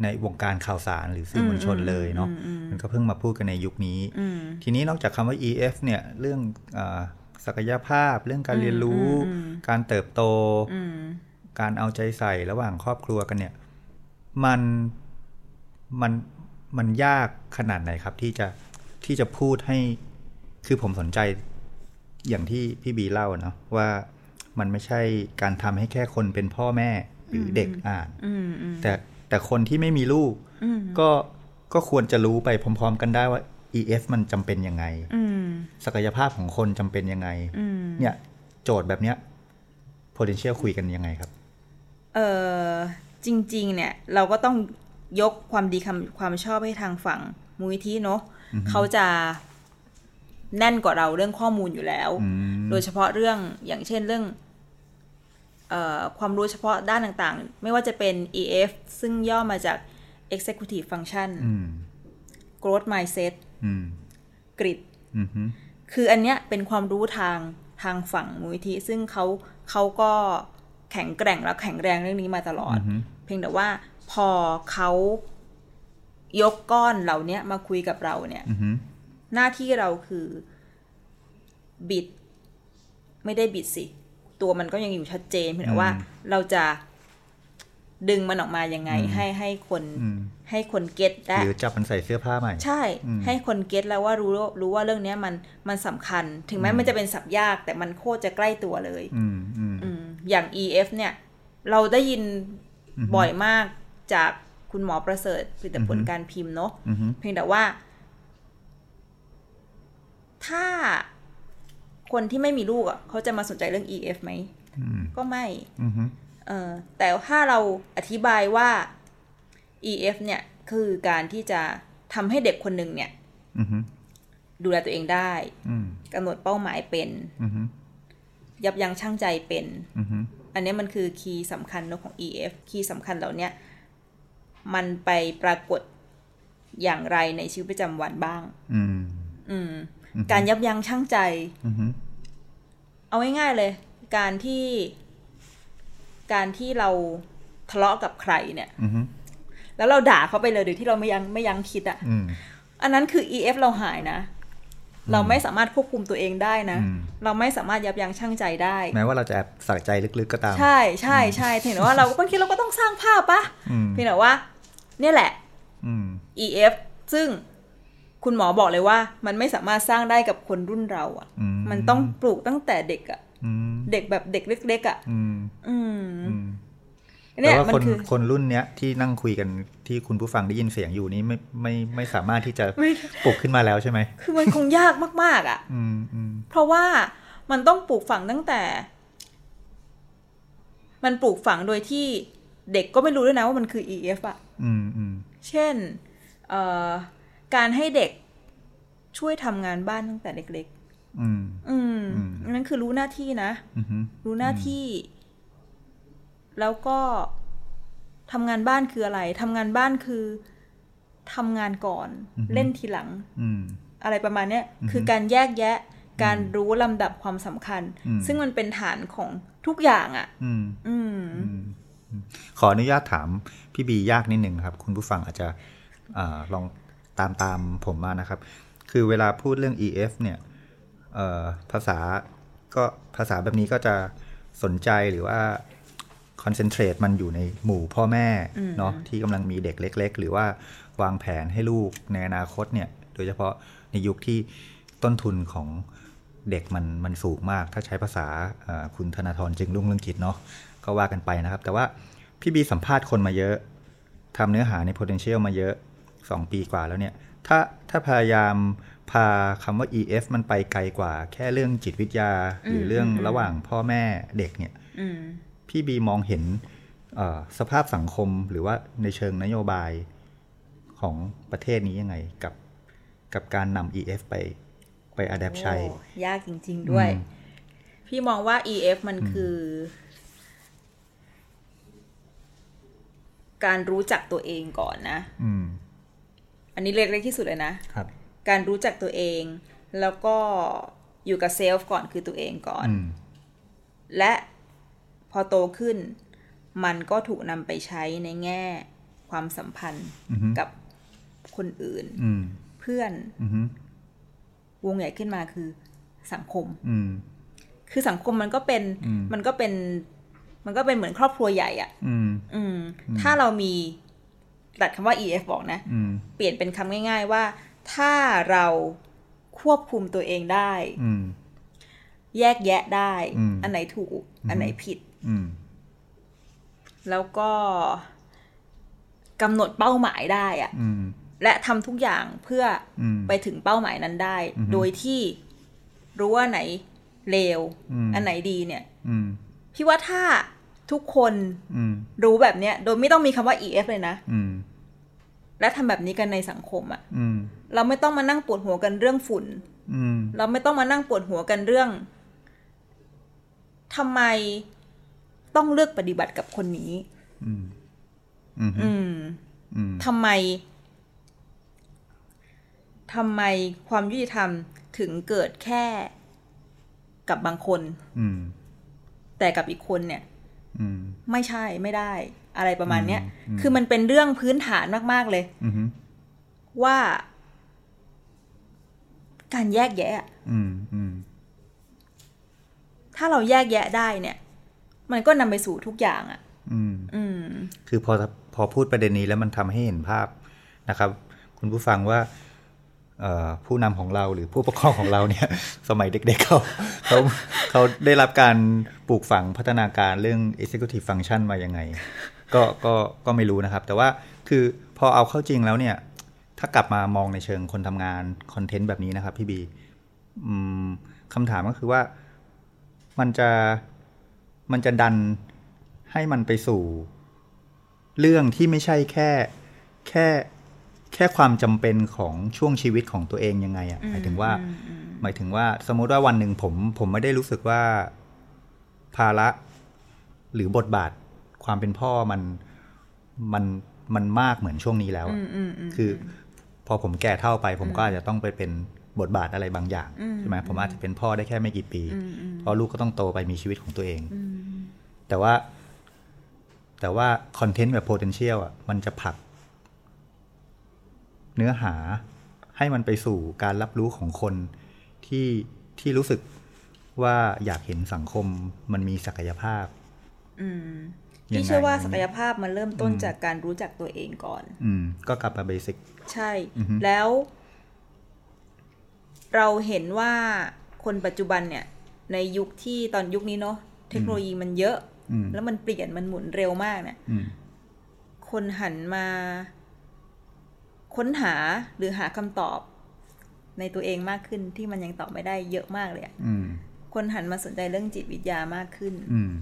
[SPEAKER 1] ในวงการข่าวสารหรือสื่อมวลชนเลยเนาะ
[SPEAKER 2] อืมอืม
[SPEAKER 1] มันก็เพิ่งมาพูดกันในยุคนี้
[SPEAKER 2] อืม
[SPEAKER 1] ทีนี้นอกจากคำว่า EF เนี่ยเรื่องอาศักยภาพ เรื่องการเรียนรู้
[SPEAKER 2] อืมอืม
[SPEAKER 1] การเติบโต
[SPEAKER 2] อืม
[SPEAKER 1] การเอาใจใส่ระหว่างครอบครัวกันเนี่ย มันมันมันยากขนาดไหนครับ ที่จะที่จะพูดให้คือผมสนใจอย่างที่พี่บีเล่าเนาะว่ามันไม่ใช่การทำให้แค่คนเป็นพ่อแม่หรืออ
[SPEAKER 2] ม
[SPEAKER 1] เด็กอ่าน
[SPEAKER 2] อืมอืม
[SPEAKER 1] แต่แต่คนที่ไม่มีลูก
[SPEAKER 2] อืม
[SPEAKER 1] ก็ก็ควรจะรู้ไปพร้อม ๆ กันได้ว่า EF มันจำเป็นยังไง
[SPEAKER 2] อืม
[SPEAKER 1] ศักยภาพของคนจำเป็นยังไง
[SPEAKER 2] อืม
[SPEAKER 1] เนี่ยโจทย์แบบเนี้ย potential คุยกันยังไงครับ
[SPEAKER 2] เออจริงๆเนี่ยเราก็ต้องยกความดีคำความชอบให้ทางฝั่งมูลนิธิเนาะเขาจะแน่นกว่าเราเรื่องข้อมูลอยู่แล้ว
[SPEAKER 1] อืม
[SPEAKER 2] โดยเฉพาะเรื่องอย่างเช่นเรื่องเอ่อความรู้เฉพาะด้านต่างๆ ไม่ว่าจะเป็น EF ซึ่งย่อมาจาก Executive Function
[SPEAKER 1] อืม
[SPEAKER 2] Growth Mindset
[SPEAKER 1] อืม
[SPEAKER 2] Grid
[SPEAKER 1] อืมฮึ
[SPEAKER 2] คืออันเนี้ยเป็นความรู้ทางทางฝั่งมูลนิธิซึ่งเขาเขาก็แข็งแกร่งและแข็งแรงเรื่องนี้มาตลอด
[SPEAKER 1] อืมฮึ
[SPEAKER 2] เพียงแต่ว่าพอเขายกก้อนเหล่าเนี้ยมาคุยกับเราเนี่ย
[SPEAKER 1] อืมฮึ
[SPEAKER 2] หน้าที่เราคือบิด ไม่ได้บิดสิ ตัวมันก็ยังอยู่ชัดเจนเพียงแต่ว่าเราจะดึงมันออกมายังไง ให้ให้คน
[SPEAKER 1] อืม
[SPEAKER 2] ให้คนเก็ตได้
[SPEAKER 1] หรือจับมันใส่เสื้อผ้าใหม่
[SPEAKER 2] ใช่
[SPEAKER 1] อืม
[SPEAKER 2] ให้คนเก็ตแล้วว่ารู้รู้ว่าเรื่องเนี้ยมันมันสำคัญ ถึงแม้
[SPEAKER 1] อืม
[SPEAKER 2] มันจะเป็นสับยาก แต่มันโคตรจะใกล้ตัวเลย
[SPEAKER 1] อืมอืม
[SPEAKER 2] อืมอย่าง EF เนี่ย เราได้ยิน
[SPEAKER 1] อือฮึ
[SPEAKER 2] บ่อยมากจากคุณหมอประเสริฐผลิตผล
[SPEAKER 1] อือฮึ
[SPEAKER 2] การพิมพ์เนาะ
[SPEAKER 1] อืมฮึ
[SPEAKER 2] เพียงแต่ว่า ถ้าคนที่ไม่มีลูกอ่ะเขาจะมาสนใจเรื่อง EF ไหม
[SPEAKER 1] อืม
[SPEAKER 2] ก็ไม่
[SPEAKER 1] อืมฮึ
[SPEAKER 2] เออแต่ถ้าเราอธิบายว่า EF เนี่ยคือการที่จะทำให้เด็กคนหนึ่งเนี่ย
[SPEAKER 1] อืมฮึ
[SPEAKER 2] ดูแลตัวเองได้
[SPEAKER 1] อืม
[SPEAKER 2] กำหนดเป้าหมายเป็น
[SPEAKER 1] อืมฮึ
[SPEAKER 2] ยับยั้งชั่งใจเป็น
[SPEAKER 1] อืมฮึ
[SPEAKER 2] อันนี้มันคือคีย์สำคัญเนอะของ EF คีย์สำคัญเหล่าเนี้ยมันไปปรากฏอย่างไรในชีวิตประจำวันบ้าง
[SPEAKER 1] อืม
[SPEAKER 2] อืม การยับยั้งชั่งใจ
[SPEAKER 1] อืมฮึ
[SPEAKER 2] เอาง่ายๆเลย การที่ การที่เราทะเลาะกับใครเนี่ย
[SPEAKER 1] อืมฮึ
[SPEAKER 2] แล้วเราด่าเขาไปเลยโดยที่เราไม่ยังไม่ยั้งคิดอะ
[SPEAKER 1] อืม
[SPEAKER 2] อันนั้นคือ EF เราหายนะ เราไม่สามารถควบคุมตัวเองได้นะ
[SPEAKER 1] อืม
[SPEAKER 2] เราไม่สามารถยับยั้งชั่งใจได้
[SPEAKER 1] แม้ว่าเราจะแอบใส่ใจลึกๆก็ตาม
[SPEAKER 2] ใช่ใช่ใช่ถึงแต่ว่าเราบางทีเราก็ต้องสร้างภาพปะ
[SPEAKER 1] อืม
[SPEAKER 2] เพียงแต่ว่า เนี่ยแหละ
[SPEAKER 1] อืม
[SPEAKER 2] EF ซึ่งคุณหมอบอกเลยว่า มันไม่สามารถสร้างได้กับคนรุ่นเราอะ่ะ
[SPEAKER 1] อืม
[SPEAKER 2] มันต้องปลูกตั้งแต่เด็กอะ่ะ
[SPEAKER 1] อืม
[SPEAKER 2] เด็กแบบเด็กเล็กๆอะ่ะ
[SPEAKER 1] อืม
[SPEAKER 2] อืม
[SPEAKER 1] อืมแต่
[SPEAKER 2] เนี่ย
[SPEAKER 1] ว่า
[SPEAKER 2] มัน
[SPEAKER 1] คน
[SPEAKER 2] คือ
[SPEAKER 1] คนรุ่นเนี้ยที่นั่งคุยกันที่คุณผู้ฟังได้ยินเสียงอยู่นี้ไม่ไม่ไม่สามารถที่จะ
[SPEAKER 2] ไม่
[SPEAKER 1] ปลุกขึ้นมาแล้วใช่ไหม
[SPEAKER 2] คือมันคงยากมากๆอะ่ะ
[SPEAKER 1] อืมอืม
[SPEAKER 2] เพราะว่ามันต้องปลูกฝังตั้งแต่ มันปลูกฝังโดยที่เด็กก็ไม่รู้ด้วยนะว่ามันคือ EF อ่ะ
[SPEAKER 1] อืมอืม
[SPEAKER 2] เช่นเอ่อการให้เด็กช่วยทำงานบ้านตั้งแต่เด็ก
[SPEAKER 1] อืม
[SPEAKER 2] ๆ อืม
[SPEAKER 1] อืม
[SPEAKER 2] นั่นคือรู้หน้าที่นะ
[SPEAKER 1] อืมฮึ
[SPEAKER 2] รู้หน้าที่ แล้วก็ทำงานบ้านคืออะไรทำงานบ้านคือทำงานก่อน
[SPEAKER 1] อือฮึ
[SPEAKER 2] เล่นทีหลัง
[SPEAKER 1] อืม
[SPEAKER 2] อะไรประมาณเนี้ย
[SPEAKER 1] อือฮึ
[SPEAKER 2] คือการแยกแยะ การรู้ลำดับความสำคัญ
[SPEAKER 1] อืม
[SPEAKER 2] ซึ่งมันเป็นฐานของทุกอย่างอะ่ะ
[SPEAKER 1] อืม
[SPEAKER 2] อืม
[SPEAKER 1] ขออนุญาตถามพี่บียากนิดหนึ่งครับ คุณผู้ฟังอาจจะอาลองตามตามผมมานะครับ คือเวลาพูดเรื่อง EF เนี่ยเอ่อภาษาก็ภาษาแบบนี้ก็จะสนใจหรือว่าคอนเซนเทรตมันอยู่ในหมู่พ่อแม่
[SPEAKER 2] อืม
[SPEAKER 1] เนาะที่กำลังมีเด็กเล็ก ๆ หรือว่าวางแผนให้ลูกในอนาคตเนี่ยโดยเฉพาะในยุคที่ต้นทุนของเด็กมันมันสูงมาก ถ้าใช้ภาษาเอ่อคุณธนาธรจึงรุ่งเรืองกิจเนาะ ก็ว่ากันไปนะครับ แต่ว่าพี่บีสัมภาษณ์คนมาเยอะทำเนื้อหาใน potential มาเยอะ 2 ปีกว่าแล้วเนี่ย ถ้าถ้าพยายามพาคำว่า EF มันไปไกลกว่า แค่เรื่องจิตวิทยา หรือเรื่องระหว่างพ่อแม่เด็กเนี่ย
[SPEAKER 2] อืม
[SPEAKER 1] พี่บีมองเห็นเอ่อสภาพสังคมหรือว่าในเชิงนโยบายของประเทศนี้ยังไงกับกับการนำ EF ไปไป adapt ใช้
[SPEAKER 2] โอ้ยากจริง ๆ ด้วย
[SPEAKER 1] อืม
[SPEAKER 2] พี่มองว่า EF มันคืออการรู้จักตัวเองก่อนนะ
[SPEAKER 1] อืม
[SPEAKER 2] อันนี้เล็กๆที่สุดเลยนะ
[SPEAKER 1] ครับ
[SPEAKER 2] การรู้จักตัวเอง แล้วก็อยู่กับเซลฟ์ก่อนคือตัวเองก่อน
[SPEAKER 1] อืม
[SPEAKER 2] และพอโตขึ้น มันก็ถูกนำไปใช้ในแง่ความสัมพันธ์
[SPEAKER 1] อือฮึ
[SPEAKER 2] กับคนอื่น
[SPEAKER 1] อืม
[SPEAKER 2] เพื่อน
[SPEAKER 1] อือฮึ
[SPEAKER 2] วงใหญ่ขึ้นมาคือสังคม
[SPEAKER 1] อืม
[SPEAKER 2] คือสังคมมันก็เป็น
[SPEAKER 1] อืม
[SPEAKER 2] มันก็เป็น มันก็เป็นเหมือนครอบครัวใหญ่อะ่ะ
[SPEAKER 1] อืม
[SPEAKER 2] อืม ถ้าเรามีตัดคำว่า EF บอกนะ
[SPEAKER 1] อืม
[SPEAKER 2] เปลี่ยนเป็นคำง่าย ๆว่า ถ้าเราควบคุมตัวเองได้
[SPEAKER 1] อืม
[SPEAKER 2] แยกแยะได้
[SPEAKER 1] อืม
[SPEAKER 2] อันไหนถูก อันไหนผิด
[SPEAKER 1] อืม
[SPEAKER 2] แล้วก็กำหนดเป้าหมายได้อะ
[SPEAKER 1] อืม
[SPEAKER 2] และทำทุกอย่างเพื่อ
[SPEAKER 1] อืม
[SPEAKER 2] ไปถึงเป้าหมายนั้นได้
[SPEAKER 1] อือฮึ
[SPEAKER 2] โดยที่รู้ว่าไหนเลว
[SPEAKER 1] อืม
[SPEAKER 2] อันไหนดีเนี่ย
[SPEAKER 1] อืม
[SPEAKER 2] พี่ว่าถ้าทุกคน
[SPEAKER 1] อืม
[SPEAKER 2] รู้แบบเนี้ย โดยไม่ต้องมีคำว่า EF เลยนะ
[SPEAKER 1] อืม
[SPEAKER 2] และทำแบบนี้กันในสังคมอะ
[SPEAKER 1] อืม
[SPEAKER 2] เราไม่ต้องมานั่งปวดหัวกันเรื่องฝุ่น
[SPEAKER 1] อืม
[SPEAKER 2] เราไม่ต้องมานั่งปวดหัวกันเรื่องทำไมต้องเลือกปฏิบัติกับคนนี้
[SPEAKER 1] อืมอืม
[SPEAKER 2] อืม
[SPEAKER 1] อืม
[SPEAKER 2] ทำไม ทำไมความยุติธรรมถึงเกิดแค่กับบางคน
[SPEAKER 1] อืม
[SPEAKER 2] แต่กับอีกคนเนี่ย
[SPEAKER 1] อืม
[SPEAKER 2] ไม่ใช่ไม่ได้ อะไรประมาณเนี้ย
[SPEAKER 1] อืม
[SPEAKER 2] คือมันเป็นเรื่องพื้นฐานมาก ๆ เลย
[SPEAKER 1] อืม
[SPEAKER 2] ว่า การแยกแยะ
[SPEAKER 1] อืมอืม
[SPEAKER 2] ถ้าเราแยกแยะได้เนี่ย มันก็นำไปสู่ทุกอย่างอะ่ะ
[SPEAKER 1] อืม
[SPEAKER 2] อืม
[SPEAKER 1] คือพอพอพูดประเด็นนี้แล้วมันทำให้เห็นภาพนะครับ คุณผู้ฟังว่าเอ่อผู้นำของเราหรือผู้ปกครองของเราเนี่ย สมัยเด็กๆเขาเขาเขาได้รับการปลูกฝังพัฒนาการเรื่อง executive function มายังไง ก็ก็ก็ไม่รู้นะครับ แต่ว่าคือพอเอาเข้าจริงแล้วเนี่ย ถ้ากลับมามองในเชิงคนทำงานคอนเทนต์แบบนี้นะครับพี่บีอืมคำถามก็คือว่ามันจะมันจะดันให้มันไปสู่ เรื่องที่ไม่ใช่แค่แค่แค่ความจำเป็นของช่วงชีวิตของตัวเองยังไงอะ่ะหมายถึงว่า หมายถึงว่าสมมุติว่าวันหนึ่งผม ผมไม่ได้รู้สึกว่าภาระหรือบทบาทความเป็นพ่อมันมันมันมากเหมือนช่วงนี้แล้วอะ
[SPEAKER 2] อืมอืมอืม
[SPEAKER 1] คือ พอผมแก่เท่าไป ผมก็อาจจะต้องไปเป็นบทบาทอะไรบางอย่าง
[SPEAKER 2] อืม
[SPEAKER 1] ใช่ไหมผมอาจจะเป็นพ่อได้แค่ไม่กี่ปี
[SPEAKER 2] อืมอืม
[SPEAKER 1] เพราะลูกก็ต้องโตไปมีชีวิตของตัวเอง
[SPEAKER 2] อืม
[SPEAKER 1] แต่ว่า แต่ว่าคอนเทนต์แบบ potential อ่ะมันจะผลัก เนื้อหาให้มันไปสู่การรับรู้ของคนที่ที่รู้สึกว่าอยากเห็นสังคมมันมีศักยภาพ
[SPEAKER 2] อืม
[SPEAKER 1] ยัง
[SPEAKER 2] พี่
[SPEAKER 1] ไง
[SPEAKER 2] เชื่อว่าศักยภาพมันเริ่มต้นจากการรู้จักตัวเองก่อน
[SPEAKER 1] อืม ก็กลับมาเบสิก
[SPEAKER 2] ใช่
[SPEAKER 1] อือฮึ
[SPEAKER 2] แล้ว เราเห็นว่าคนปัจจุบันเนี่ย ในยุคที่ตอนยุคนี้เนาะเทคโนโลยีมันเยอะ
[SPEAKER 1] อืม
[SPEAKER 2] แล้วมันเปลี่ยนมันหมุนเร็วมากเนี่ย
[SPEAKER 1] อืม
[SPEAKER 2] คนหันมา ค้นหาหรือหาคำตอบ ในตัวเองมากขึ้นที่มันยังตอบไม่ได้เยอะมากเลยอะ
[SPEAKER 1] อืม
[SPEAKER 2] คนหันมาสนใจเรื่องจิตวิทยามากขึ้น
[SPEAKER 1] อืม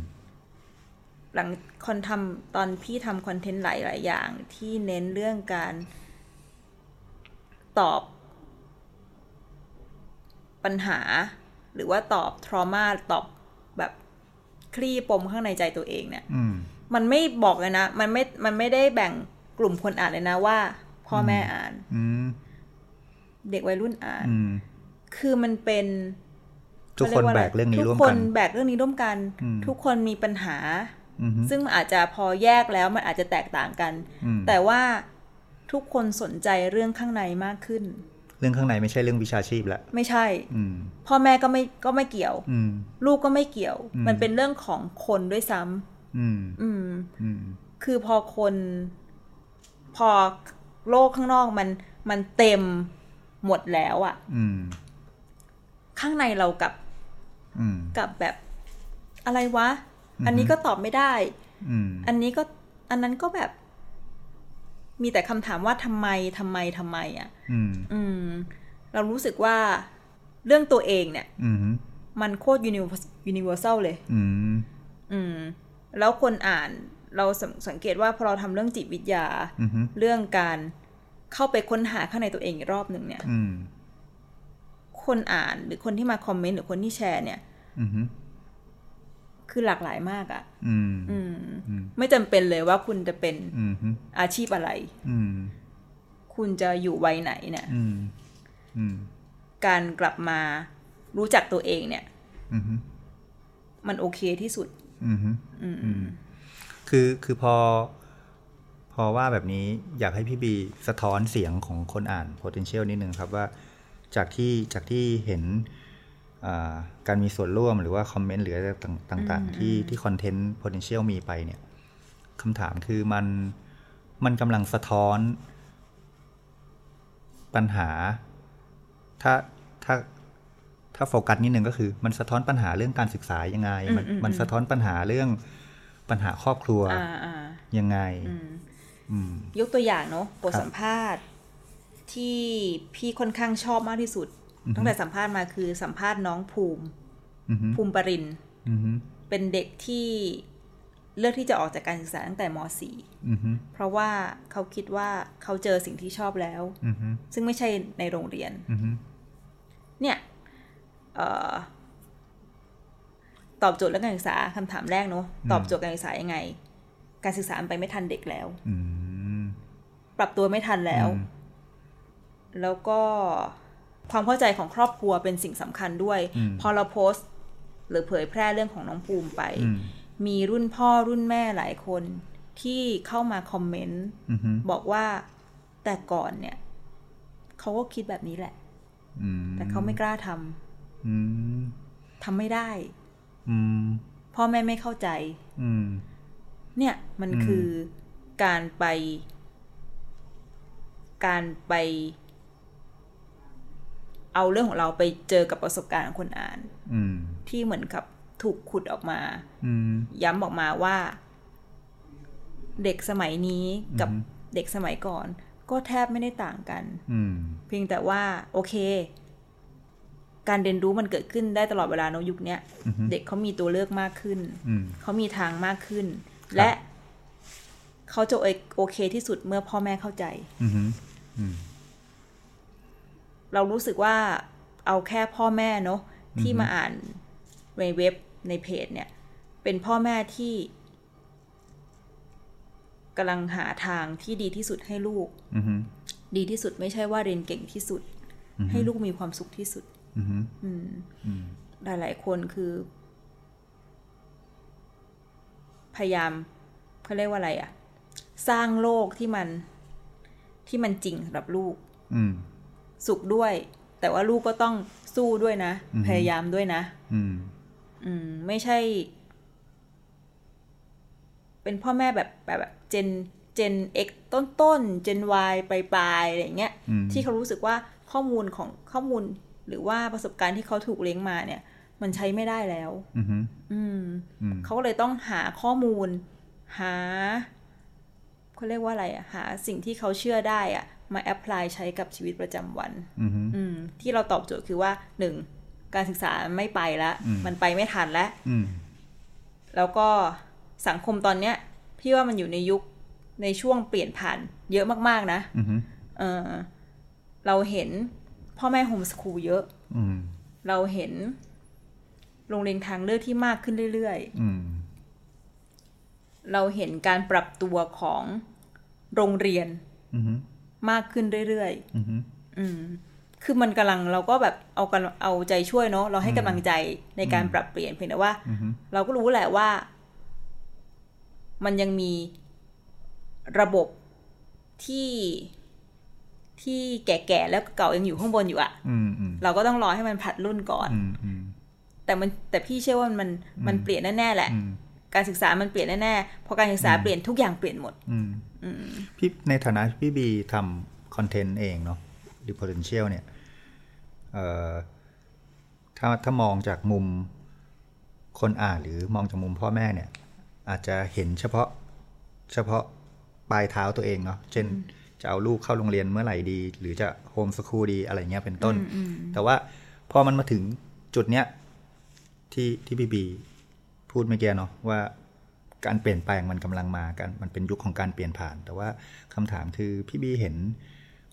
[SPEAKER 2] หลังคอนทำตอนพี่ทำคอนเทนต์หลายหลายๆอย่าง ที่เน้นเรื่องการตอบปัญหา หรือว่าตอบทรมาตอบแบบคลี่ปมข้างในใจตัวเองเนี่ย
[SPEAKER 1] อืม
[SPEAKER 2] มันไม่บอกเลยนะ มันไม่มันไม่ได้แบ่งกลุ่มคนอ่านเลยนะว่า พ่อแม่อ่าน
[SPEAKER 1] อืม
[SPEAKER 2] เด็กวัยรุ่นอ่าน
[SPEAKER 1] อืม
[SPEAKER 2] คือมันเป็น
[SPEAKER 1] ทุกคนแบกเรื่องนี้ร่วม
[SPEAKER 2] ทุกค
[SPEAKER 1] กัน น
[SPEAKER 2] แบกเรื่องนี้ร่วมกัน
[SPEAKER 1] อืม
[SPEAKER 2] ทุกคนมีปัญหา
[SPEAKER 1] อือฮึ
[SPEAKER 2] ซึ่งมันอาจจะพอแยกแล้วมันอาจจะแตกต่างกัน
[SPEAKER 1] อืม
[SPEAKER 2] แต่ว่าทุกคนสนใจเรื่องข้างในมากขึ้น
[SPEAKER 1] เรื่องข้างในไม่ใช่เรื่องวิชาชีพละ
[SPEAKER 2] ไม่ใช่
[SPEAKER 1] อืม
[SPEAKER 2] พ่อแม่ก็ไม่ก็ไม่เกี่ยว
[SPEAKER 1] อืม
[SPEAKER 2] ลูกก็ไม่เกี่ยว
[SPEAKER 1] อืม
[SPEAKER 2] มันเป็นเรื่องของคนด้วยซ้ำ
[SPEAKER 1] อืม
[SPEAKER 2] อืม
[SPEAKER 1] อืม
[SPEAKER 2] คือพอคน พอโลกข้างนอกมันมันเต็มหมดแล้วอะ
[SPEAKER 1] อืม
[SPEAKER 2] ข้างในเรากลับ
[SPEAKER 1] อืม
[SPEAKER 2] กลับแบบอะไรวะ
[SPEAKER 1] อือฮึ
[SPEAKER 2] อันนี้ก็ตอบไม่ได้
[SPEAKER 1] อืม
[SPEAKER 2] อันนี้ก็อันนั้นก็แบบ มีแต่คำถามว่าทำไมทำไมทำไมอะ
[SPEAKER 1] อืม
[SPEAKER 2] อืม เรารู้สึกว่าเรื่องตัวเองเนี่ย
[SPEAKER 1] อืม
[SPEAKER 2] มันโคตรยูนิเวอร์แซลเลย
[SPEAKER 1] อืม
[SPEAKER 2] อืม แล้วคนอ่านเราสงสังเกตว่าพอเราทำเรื่องจิตวิทยา
[SPEAKER 1] อืม
[SPEAKER 2] เรื่องการเข้าไปค้นหาข้างในตัวเองอีกรอบหนึ่งเนี่ย
[SPEAKER 1] อืม
[SPEAKER 2] คนอ่านหรือคนที่มาคอมเมนต์หรือคนที่แชร์เนี่ย
[SPEAKER 1] อืม
[SPEAKER 2] คือหลากหลายมากอะ่ะ
[SPEAKER 1] อืม
[SPEAKER 2] อืม
[SPEAKER 1] อืม
[SPEAKER 2] ไม่จำเป็นเลยว่าคุณจะเป็น
[SPEAKER 1] อืม
[SPEAKER 2] อาชีพอะไร
[SPEAKER 1] อืม
[SPEAKER 2] คุณจะอยู่วัยไหนเนี่ย
[SPEAKER 1] อืม อืม
[SPEAKER 2] การกลับมารู้จักตัวเองเนี่ย
[SPEAKER 1] อืมฮึ
[SPEAKER 2] มันโอเคที่สุด
[SPEAKER 1] อืมฮึ
[SPEAKER 2] อืม
[SPEAKER 1] คือคือพอ พอว่าแบบนี้อยากให้พี่บีสะท้อนเสียงของคนอ่าน potential นิดนึงครับว่าจากที่จากที่เห็นอ่าการมีส่วนร่วมหรือว่าคอมเมนต์หรืออะไรต่างต่าง
[SPEAKER 2] อืม
[SPEAKER 1] ๆ ที่
[SPEAKER 2] อืม
[SPEAKER 1] ที่คอนเทนต์ potential มีไปเนี่ยคำถามคือมันมันกำลังสะท้อน ปัญหา ถ้าถ้าถ้าโฟกัสนิดนึงก็คือ มันสะท้อนปัญหาเรื่องการศึกษายังไง มัน
[SPEAKER 2] อืมอืม
[SPEAKER 1] มันสะท้อนปัญหาเรื่องปัญหาครอบครัว
[SPEAKER 2] อ่าอ่า
[SPEAKER 1] ยังไง
[SPEAKER 2] อืม
[SPEAKER 1] อืม
[SPEAKER 2] ยกตัวอย่างเนาะบท
[SPEAKER 1] ครับ
[SPEAKER 2] สัมภาษณ์ที่พี่ค่อนข้างชอบมากที่สุด
[SPEAKER 1] อือฮึ
[SPEAKER 2] ตั้งแต่สัมภาษณ์มาคือสัมภาษณ์น้องภูมิ
[SPEAKER 1] อืมฮึ
[SPEAKER 2] ภูมิปรินทร์
[SPEAKER 1] อืมฮึ
[SPEAKER 2] เป็นเด็กที่เลือกที่จะออกจากการศึกษาตั้งแต่ม
[SPEAKER 1] อืมฮึ
[SPEAKER 2] .4 เพราะว่าเขาคิดว่าเขาเจอสิ่งที่ชอบแล้ว
[SPEAKER 1] อืมฮึ
[SPEAKER 2] ซึ่งไม่ใช่ในโรงเรียน
[SPEAKER 1] อืมฮึ
[SPEAKER 2] เนี่ยเออตอบโจทย์เรื่องการศึกษาคำถามแรกเนาะตอบโจทย์การศึกษายังไง การศึกษามันไปไม่ทันเด็กแล้ว
[SPEAKER 1] อืม
[SPEAKER 2] ปรับตัวไม่ทันแล้ว แล้วก็ความเข้าใจของครอบครัวเป็นสิ่งสำคัญด้วย พอเราโพสต์ หรือเผยแพร่เรื่องของน้องภูมิไป
[SPEAKER 1] อืม
[SPEAKER 2] มีรุ่นพ่อรุ่นแม่หลายคนที่เข้ามาคอมเมนต์
[SPEAKER 1] อืมฮึ
[SPEAKER 2] บอกว่าแต่ก่อนเนี่ย เขาก็คิดแบบนี้แหละ
[SPEAKER 1] อืม
[SPEAKER 2] แต่เขาไม่กล้าทำ
[SPEAKER 1] อืม
[SPEAKER 2] ทำไม่ได้
[SPEAKER 1] อืม
[SPEAKER 2] พ่อแม่ไม่เข้าใจ
[SPEAKER 1] อืม
[SPEAKER 2] เนี่ยมัน
[SPEAKER 1] อืม
[SPEAKER 2] คือการไป การไป เอาเรื่องของเราไปเจอกับประสบการณ์ของคนอ่าน
[SPEAKER 1] อืม
[SPEAKER 2] ที่เหมือนกับถูกขุดออกมา
[SPEAKER 1] อืม
[SPEAKER 2] ย้ำออกมาว่า เด็กสมัยนี้กับ
[SPEAKER 1] อือฮึ
[SPEAKER 2] เด็กสมัยก่อน ก็แทบไม่ได้ต่างกัน
[SPEAKER 1] อืม
[SPEAKER 2] เพียงแต่ว่า โอเค การเรียนรู้มันเกิดขึ้นได้ตลอดเวลาเนอะยุคเนี้ย
[SPEAKER 1] อืมฮึ
[SPEAKER 2] เด็กเขามีตัวเลือกมากขึ้น
[SPEAKER 1] อืม
[SPEAKER 2] เขามีทางมากขึ้น
[SPEAKER 1] ครับ
[SPEAKER 2] และเขาจะโอเคที่สุดเมื่อพ่อแม่เข้าใจ
[SPEAKER 1] อืมฮึอืม
[SPEAKER 2] เรารู้สึกว่าเอาแค่พ่อแม่เนอะ
[SPEAKER 1] อือฮึ
[SPEAKER 2] ที่มาอ่านในเว็บในเพจเนี่ย เป็นพ่อแม่ที่กำลังหาทางที่ดีที่สุดให้ลูก
[SPEAKER 1] อืมฮึ
[SPEAKER 2] ดีที่สุดไม่ใช่ว่าเรียนเก่งที่สุด
[SPEAKER 1] อืมฮึ
[SPEAKER 2] ให้ลูกมีความสุขที่สุด
[SPEAKER 1] อืมฮึ
[SPEAKER 2] อืม
[SPEAKER 1] อืม
[SPEAKER 2] หลายๆคนคือ พยายามเขาเรียกว่าอะไรอะสร้างโลกที่มันที่มันจริงสำหรับลูก
[SPEAKER 1] อืม
[SPEAKER 2] สุขด้วย แต่ว่าลูกก็ต้องสู้ด้วยนะ
[SPEAKER 1] อือฮึ
[SPEAKER 2] พยายามด้วยนะ
[SPEAKER 1] อืม
[SPEAKER 2] อืม ไม่ใช่ เป็นพ่อแม่แบบแบบแบบเจนเจน X ต้นต้นเจน Y ปลายปลายๆอะไรอย่างเงี้ย
[SPEAKER 1] อืม
[SPEAKER 2] ที่เขารู้สึกว่าข้อมูลของข้อมูล หรือว่าประสบการณ์ที่เขาถูกเลี้ยงมาเนี่ย มันใช้ไม่ได้แล้ว
[SPEAKER 1] อืมฮึ
[SPEAKER 2] อืม
[SPEAKER 1] อืม
[SPEAKER 2] เขาก็เลยต้องหาข้อมูล หาเขาเรียกว่าอะไรอะหาสิ่งที่เขาเชื่อได้อะมาแอพพลายใช้กับชีวิตประจำวัน
[SPEAKER 1] อืมฮึ
[SPEAKER 2] อืม ที่เราตอบโจทย์คือว่าหนึ่งการศึกษาไม่ไปละ
[SPEAKER 1] อืม
[SPEAKER 2] มันไปไม่ทันแล้ว
[SPEAKER 1] อืม
[SPEAKER 2] แล้วก็สังคมตอนเนี้ย พี่ว่ามันอยู่ในยุคในช่วงเปลี่ยนผ่านเยอะมากๆนะ
[SPEAKER 1] อืมฮึ
[SPEAKER 2] เออเราเห็นพ่อแม่โฮมสคูลเยอะ
[SPEAKER 1] อืม
[SPEAKER 2] เราเห็นโรงเรียนทางเลือกที่มากขึ้นเรื่อยๆ
[SPEAKER 1] อืม
[SPEAKER 2] เราเห็นการปรับตัวของโรงเรียน
[SPEAKER 1] อืมฮึ
[SPEAKER 2] มากขึ้นเรื่อย
[SPEAKER 1] อืมฮึ
[SPEAKER 2] ๆ อืม คือมันกำลังเราก็แบบเอากันเอาใจช่วยเนาะ เราให้
[SPEAKER 1] อืม
[SPEAKER 2] กำลังใจในการปรับเปลี่ยนเพียงแต่ว่า
[SPEAKER 1] อืมฮึ
[SPEAKER 2] เราก็รู้แหละว่า มันยังมีระบบที่ที่แก่ๆแล้วเก่ายังอยู่ข้างบนอยู่อะ
[SPEAKER 1] อืมอืม
[SPEAKER 2] เราก็ต้องรอให้มันผลัดรุ่นก่อน
[SPEAKER 1] อืมอืม
[SPEAKER 2] แต่มันแต่พี่เชื่อว่ามันมัน
[SPEAKER 1] อืม
[SPEAKER 2] เปลี่ยนแน่ๆแหละ
[SPEAKER 1] อืม
[SPEAKER 2] การศึกษามันเปลี่ยนแน่ๆพอการศึกษา
[SPEAKER 1] อืม
[SPEAKER 2] เปลี่ยนทุกอย่างเปลี่ยนหมด
[SPEAKER 1] อืม
[SPEAKER 2] อืม
[SPEAKER 1] พี่ในฐานะพี่บีทำคอนเทนต์เองเนาะหรือ potential เนี่ยเอ่อถ้าถ้ามองจากมุมคนอ่านหรือมองจากมุมพ่อแม่เนี่ย อาจจะเห็นเฉพาะเฉพาะปลายเท้าตัวเองเนาะเช่น จะเอาลูกเข้าโรงเรียนเมื่อไหร่ดี หรือจะโฮมส o ูลดีอะไรเงี้ยเป็นต้น
[SPEAKER 2] อืมอืม
[SPEAKER 1] แต่ว่าพอมันมาถึงจุดเนี้ยที่ที่พี่บีพูดเมื่อกี้เนาะว่า การเปลี่ยนแปลงมันกำลังมากันมันเป็นยุคของการเปลี่ยนผ่าน แต่ว่าคำถามคือพี่บีเห็น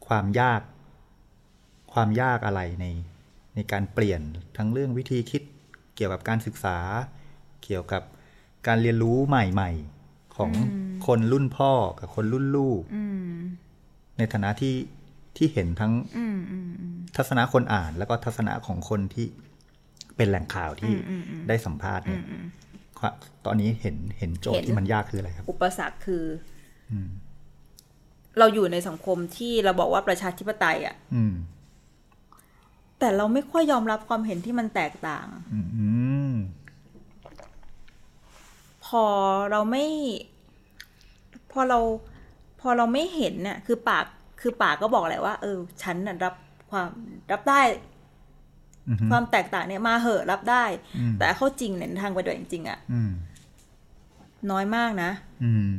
[SPEAKER 1] ความยาก ความยากอะไรในในการเปลี่ยนทั้งเรื่องวิธีคิดเกี่ยวกับการศึกษา เกี่ยวกับการเรียนรู้ใหม่ ๆ ของคนรุ่นพ่อกับคนรุ่นลูก
[SPEAKER 2] อืม
[SPEAKER 1] ในฐานะที่ ที่เห็นทั้ง
[SPEAKER 2] อืมอืมอืม
[SPEAKER 1] ทัศนะคนอ่าน แล้วก็ทัศนะของคนที่เป็นแหล่งข่าวที่
[SPEAKER 2] อืมอืมอืม
[SPEAKER 1] ได้สัมภาษณ์เนี่ยครับตอนนี้เห็นเห็นโจทย์ที่มันยากคืออะไรครับ
[SPEAKER 2] อุปสรรคคืออเราอยู่ในสังคมที่เราบอกว่าประชาธิปไตยอะ
[SPEAKER 1] อืม
[SPEAKER 2] แต่เราไม่ค่อยยอมรับความเห็นที่มันแตกต่าง
[SPEAKER 1] อืมอืม
[SPEAKER 2] พอเราไม่ พอเราพอเราไม่เห็นน่ะ คือปากคือปากก็บอกแหละว่า เออ ฉันน่ะรับความรับได้
[SPEAKER 1] อืม
[SPEAKER 2] ความแตกต่างเนี่ยมาเหอะรับได้
[SPEAKER 1] อืม
[SPEAKER 2] แต่เข้าจริงเนี่ยในทางปฏิบัติจริงๆอะ
[SPEAKER 1] อืม
[SPEAKER 2] น้อยมากนะ
[SPEAKER 1] อืม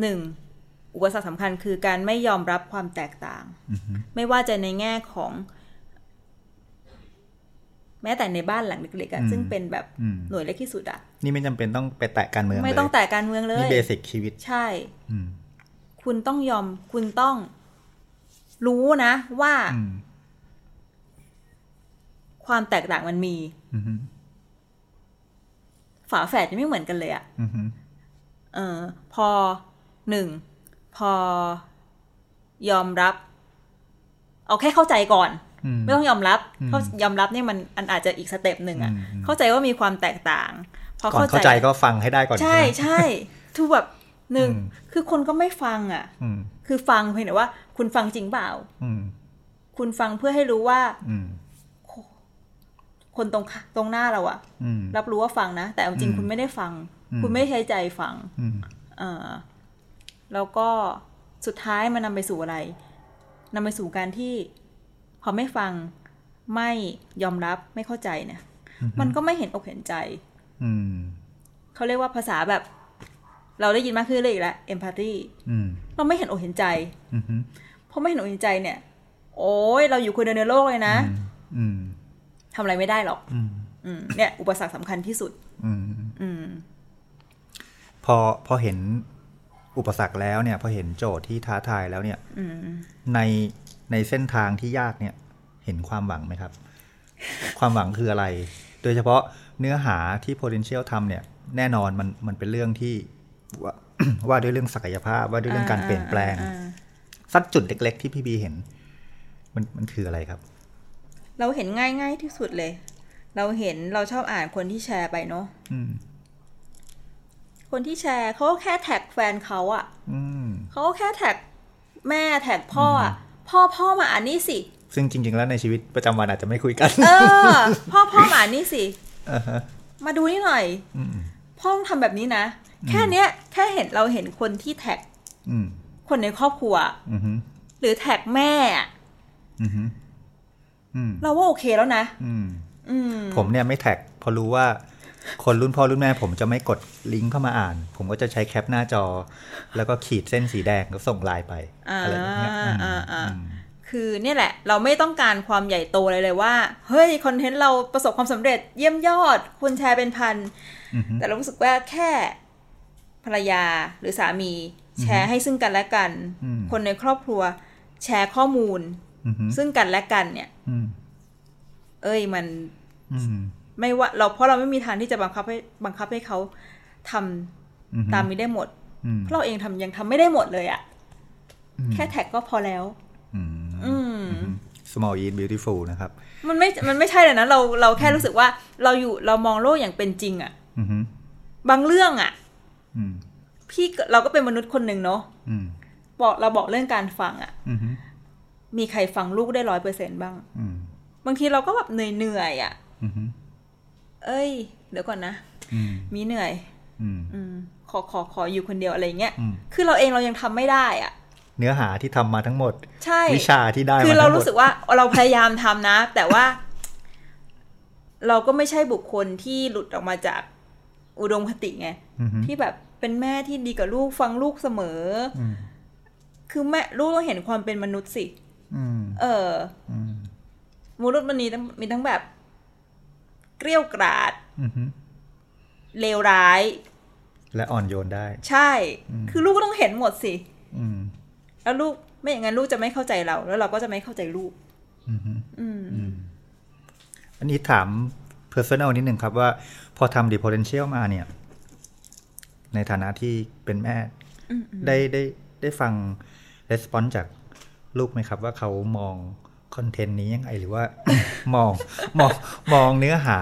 [SPEAKER 2] หนึ่งอุปสรรคสำคัญคือการไม่ยอมรับความแตกต่าง
[SPEAKER 1] อืม
[SPEAKER 2] ไม่ว่าจะในแง่ของ แม้แต่ในบ้านหลังเล็กๆอะซึ่งเป็นแบบ
[SPEAKER 1] อืม
[SPEAKER 2] หน่วยเล็กที่สุดอะ
[SPEAKER 1] นี่ไม่จำเป็นต้องไปแตะการเมือง
[SPEAKER 2] ไม่ต้อง
[SPEAKER 1] เลย
[SPEAKER 2] แตะการเมืองเล
[SPEAKER 1] นี่
[SPEAKER 2] ย
[SPEAKER 1] เบสิกชีวิต
[SPEAKER 2] ใช่
[SPEAKER 1] อืม
[SPEAKER 2] คุณต้องยอม คุณต้อง รู้นะว่า
[SPEAKER 1] อืม
[SPEAKER 2] ความแตกต่างมันมี
[SPEAKER 1] อืม
[SPEAKER 2] ฝาแฝดจะไม่เหมือนกันเลยอะ
[SPEAKER 1] อืมอืม
[SPEAKER 2] เออ พอหนึ่ง พอ ยอมรับ เอาแค่เข้าใจก่อน
[SPEAKER 1] อืม
[SPEAKER 2] ไม่ต้องยอมรับ
[SPEAKER 1] อืม
[SPEAKER 2] เขายอมรับเนี่ยมันอันอาจจะอีกสเต็ปหนึ่งอะ
[SPEAKER 1] ม
[SPEAKER 2] เข้าใจว่ามีความแตกต่าง พอ
[SPEAKER 1] ก่อนเข้าใจก็ฟังให้ได้ก่อน
[SPEAKER 2] ใช่
[SPEAKER 1] ไหม
[SPEAKER 2] ใช่ทูแบบหนึ่ง
[SPEAKER 1] อืม
[SPEAKER 2] คือคนก็ไม่ฟังอะ
[SPEAKER 1] อืม
[SPEAKER 2] คือฟังเพียงแต่ว่า คุณฟังจริงเปล่า
[SPEAKER 1] อืม
[SPEAKER 2] คุณฟังเพื่อให้รู้ว่า
[SPEAKER 1] อืม
[SPEAKER 2] คนตรงข้าตรงหน้าเราอะ
[SPEAKER 1] อืม
[SPEAKER 2] รับรู้ว่าฟังนะ แต่เอาจริง
[SPEAKER 1] อืม
[SPEAKER 2] คุณไม่ได้ฟัง
[SPEAKER 1] อืม
[SPEAKER 2] คุณไม่ได้ใช้ใจฟัง
[SPEAKER 1] อืม
[SPEAKER 2] เออแล้วก็สุดท้ายมันนำไปสู่อะไรนำไปสู่การที่ พอไม่ฟังไม่ยอมรับไม่เข้าใจเนี่ย มันก็ไม่เห็นอกเห็นใจ
[SPEAKER 1] อืม
[SPEAKER 2] เขาเรียกว่าภาษาแบบ เราได้ยินมากขึ้นเลยอีกแล้ว empathy
[SPEAKER 1] อืม
[SPEAKER 2] เราไม่เห็นอกเห็นใจ
[SPEAKER 1] อืมอืม
[SPEAKER 2] เพราะไม่เห็นอกเห็นใจเนี่ย โอ้ยเราอยู่คนเดียวในโลกเลยนะ
[SPEAKER 1] อืม
[SPEAKER 2] ทำอะไรไม่ได้หรอก
[SPEAKER 1] อืม
[SPEAKER 2] อืมเนี่ย อุปสรรคสำคัญที่สุด
[SPEAKER 1] อืม
[SPEAKER 2] อืม
[SPEAKER 1] พอพอเห็นอุปสรรคแล้วเนี่ย พอเห็นโจทย์ที่ท้าทายแล้วเนี่ย
[SPEAKER 2] อืม
[SPEAKER 1] ในในเส้นทางที่ยากเนี่ย เห็นความหวังไหมครับ ความหวังคืออะไร โดยเฉพาะเนื้อหาที่ potential ทำเนี่ย แน่นอนมันมันเป็นเรื่องที่ว่า (coughs) ว่าด้วยเรื่องศักยภาพว่าด้วยเรื่องการเปลี่ยนแปลง
[SPEAKER 2] อ่าอ่าอ่า
[SPEAKER 1] สักจุดเล็ก ๆ ที่พี่บีเห็น มันมันคืออะไรครับ
[SPEAKER 2] เราเห็นง่ายง่ายๆที่สุดเลย เราเห็นเราชอบอ่านคนที่แชร์ไปเนาะ
[SPEAKER 1] อืม
[SPEAKER 2] คนที่แชร์เขาก็แค่แท็กแฟนเขาอะ
[SPEAKER 1] อืม
[SPEAKER 2] เขาก็แค่แท็กแม่แท็กพ่ออะพ่อพ่อมาอ่านนี่สิ
[SPEAKER 1] ซึ่งจริง ๆ แล้วในชีวิตประจำวันอาจจะไม่คุยกัน
[SPEAKER 2] เออ พ่อพ่อมาอ่านนี่สิ
[SPEAKER 1] อ่าฮะ
[SPEAKER 2] มาดูนี่หน่อย
[SPEAKER 1] อืม
[SPEAKER 2] พ่อต้องทำแบบนี้นะ แค่เนี้ยแค่เห็นเราเห็นคนที่แท็ก
[SPEAKER 1] อืม
[SPEAKER 2] คนในครอบครัว
[SPEAKER 1] อืมฮึ
[SPEAKER 2] หรือแท็กแม่อะ
[SPEAKER 1] อืมฮึอืม
[SPEAKER 2] เราว่าโอเคแล้วนะ
[SPEAKER 1] อืม
[SPEAKER 2] อืม
[SPEAKER 1] ผมเนี่ยไม่แท็กเพอรู้ว่า คนรุ่นพ่อรุ่นแม่ ผมจะไม่กดลิงก์เข้ามาอ่าน ผมก็จะใช้แคปหน้าจอ แล้วก็ขีดเส้นสีแดงแล้วส่งไลน์ไป
[SPEAKER 2] อ่า
[SPEAKER 1] อะไรแบบเนี้ยม
[SPEAKER 2] อ่าอ่า
[SPEAKER 1] ม
[SPEAKER 2] คือเนี่ยแหละ เราไม่ต้องการความใหญ่โตเลยเลยว่า เฮ้ย คอนเทนต์เราประสบความสำเร็จเยี่ยมยอดคนแชร์เป็นพัน
[SPEAKER 1] อืมฮึ
[SPEAKER 2] แต่เรารู้สึกว่าแค่ภรรยาหรือสามีแชร์ให้ซึ่งกันและกัน
[SPEAKER 1] อืม
[SPEAKER 2] คนในครอบครัวแชร์ข้อมูล
[SPEAKER 1] อืมฮึ
[SPEAKER 2] ซึ่งกันและกันเนี่ย
[SPEAKER 1] อืม
[SPEAKER 2] เอ้ยมัน
[SPEAKER 1] อืม
[SPEAKER 2] ไม่ว่าเราเพราะเราไม่มีทางที่จะบังคับให้บังคับให้เขาทำ
[SPEAKER 1] อืฮึ
[SPEAKER 2] ตามนี้ได้หมด
[SPEAKER 1] อืม
[SPEAKER 2] เพราะเราเองทำยังทำไม่ได้หมดเลยอะ
[SPEAKER 1] อืม
[SPEAKER 2] แค่แท็กก็พอแล้ว
[SPEAKER 1] อืม
[SPEAKER 2] อืม
[SPEAKER 1] อืม small in beautiful นะครับ
[SPEAKER 2] มันไม่ มันไม่ใช่เลยนะเรา เราแค่รู้สึกว่าเราอยู่เรามองโลกอย่างเป็นจริงอะ
[SPEAKER 1] อืมฮึ
[SPEAKER 2] บางเรื่องอะ
[SPEAKER 1] อืม
[SPEAKER 2] พี่ก็เราก็เป็นมนุษย์คนหนึ่งเนาะ
[SPEAKER 1] อืม
[SPEAKER 2] บอกเราบอกเรื่องการฟังอะ
[SPEAKER 1] อืมฮึ
[SPEAKER 2] มีใครฟังลูกได้ร้อยเปอร์เซ็นบ้าง
[SPEAKER 1] อืม
[SPEAKER 2] บางทีเราก็แบบเหนื่อยเหนื่อยๆอะ
[SPEAKER 1] อืมฮึ
[SPEAKER 2] เอ้ย เดี๋ยวก่อนนะ
[SPEAKER 1] อืม
[SPEAKER 2] มีเหนื่อย
[SPEAKER 1] อืม
[SPEAKER 2] อืม ขอขอขออยู่คนเดียวอะไรเงี้ย
[SPEAKER 1] อืม
[SPEAKER 2] คือเราเองเรายังทำไม่ได้อะ
[SPEAKER 1] เนื้อหาที่ทำมาทั้งหมด
[SPEAKER 2] ใช่
[SPEAKER 1] วิชาที่ได้
[SPEAKER 2] คือ
[SPEAKER 1] มา
[SPEAKER 2] เรา
[SPEAKER 1] ทั้งหม
[SPEAKER 2] รู้
[SPEAKER 1] ด
[SPEAKER 2] สึกว่าเราพยายามทำนะ แต่ว่า เราก็ไม่ใช่บุคคลที่หลุดออกมาจากอุดมคติไง
[SPEAKER 1] อืมฮึ
[SPEAKER 2] ที่แบบเป็นแม่ที่ดีกับลูกฟังลูกเสมอ
[SPEAKER 1] อืม
[SPEAKER 2] คือแม่ลูกต้องเห็นความเป็นมนุษย์สิ
[SPEAKER 1] อืม
[SPEAKER 2] เออ
[SPEAKER 1] อืม
[SPEAKER 2] มนุษย์มันมีทั้งมีทั้งแบบ เกรี้ยวกราด
[SPEAKER 1] อืมฮึ
[SPEAKER 2] เลวร้าย
[SPEAKER 1] และอ่อนโยนได้
[SPEAKER 2] ใช่ คือลูกก็ต้องเห็นหมดสิ
[SPEAKER 1] อืม
[SPEAKER 2] แล้วลูกไม่อย่างนั้นลูกจะไม่เข้าใจเรา แล้วเราก็จะไม่เข้าใจลูก
[SPEAKER 1] อืมฮึ
[SPEAKER 2] อืม
[SPEAKER 1] อันนี้ถาม Personal นิดหนึ่งครับว่าพอทำ The Potential มาเนี่ย ในฐานะที่เป็นแม่
[SPEAKER 2] อืม
[SPEAKER 1] ได้ได้ได้ฟัง Response จาก ลูกไหมครับ ว่าเขามองคอนเทนต์นี้ยังไงหรือว่า (coughs) มองมองมองเนื้อหา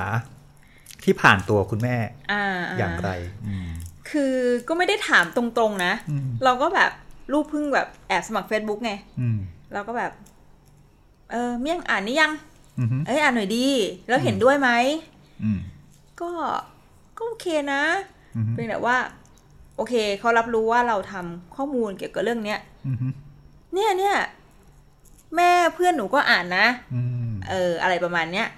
[SPEAKER 1] ที่ผ่านตัวคุณแม่
[SPEAKER 2] อ่า
[SPEAKER 1] อย่างไรอืม
[SPEAKER 2] คือก็ไม่ได้ถามตรงๆนะ
[SPEAKER 1] อืม
[SPEAKER 2] เราก็แบบลูกเพิ่งแบบแอบสมัคร Facebook ไง
[SPEAKER 1] อืม
[SPEAKER 2] เราก็แบบ เออเมี่ยงอ่านนี่ยัง
[SPEAKER 1] อืม
[SPEAKER 2] เอ้ยอ่านหน่อยดี แล้วเห็นด้วยไหม
[SPEAKER 1] อืม
[SPEAKER 2] ก็ ก็โอเคนะ
[SPEAKER 1] อืม
[SPEAKER 2] เพียงแต่ว่า โอเคเขารับรู้ว่าเราทำข้อมูลเกี่ยวกับเรื่องเนี้ย
[SPEAKER 1] อืม
[SPEAKER 2] เนี่ยเนี่ยแม่เพื่อนหนูก็อ่านนะ
[SPEAKER 1] อืม
[SPEAKER 2] เออ อะไรประมาณเนี้ย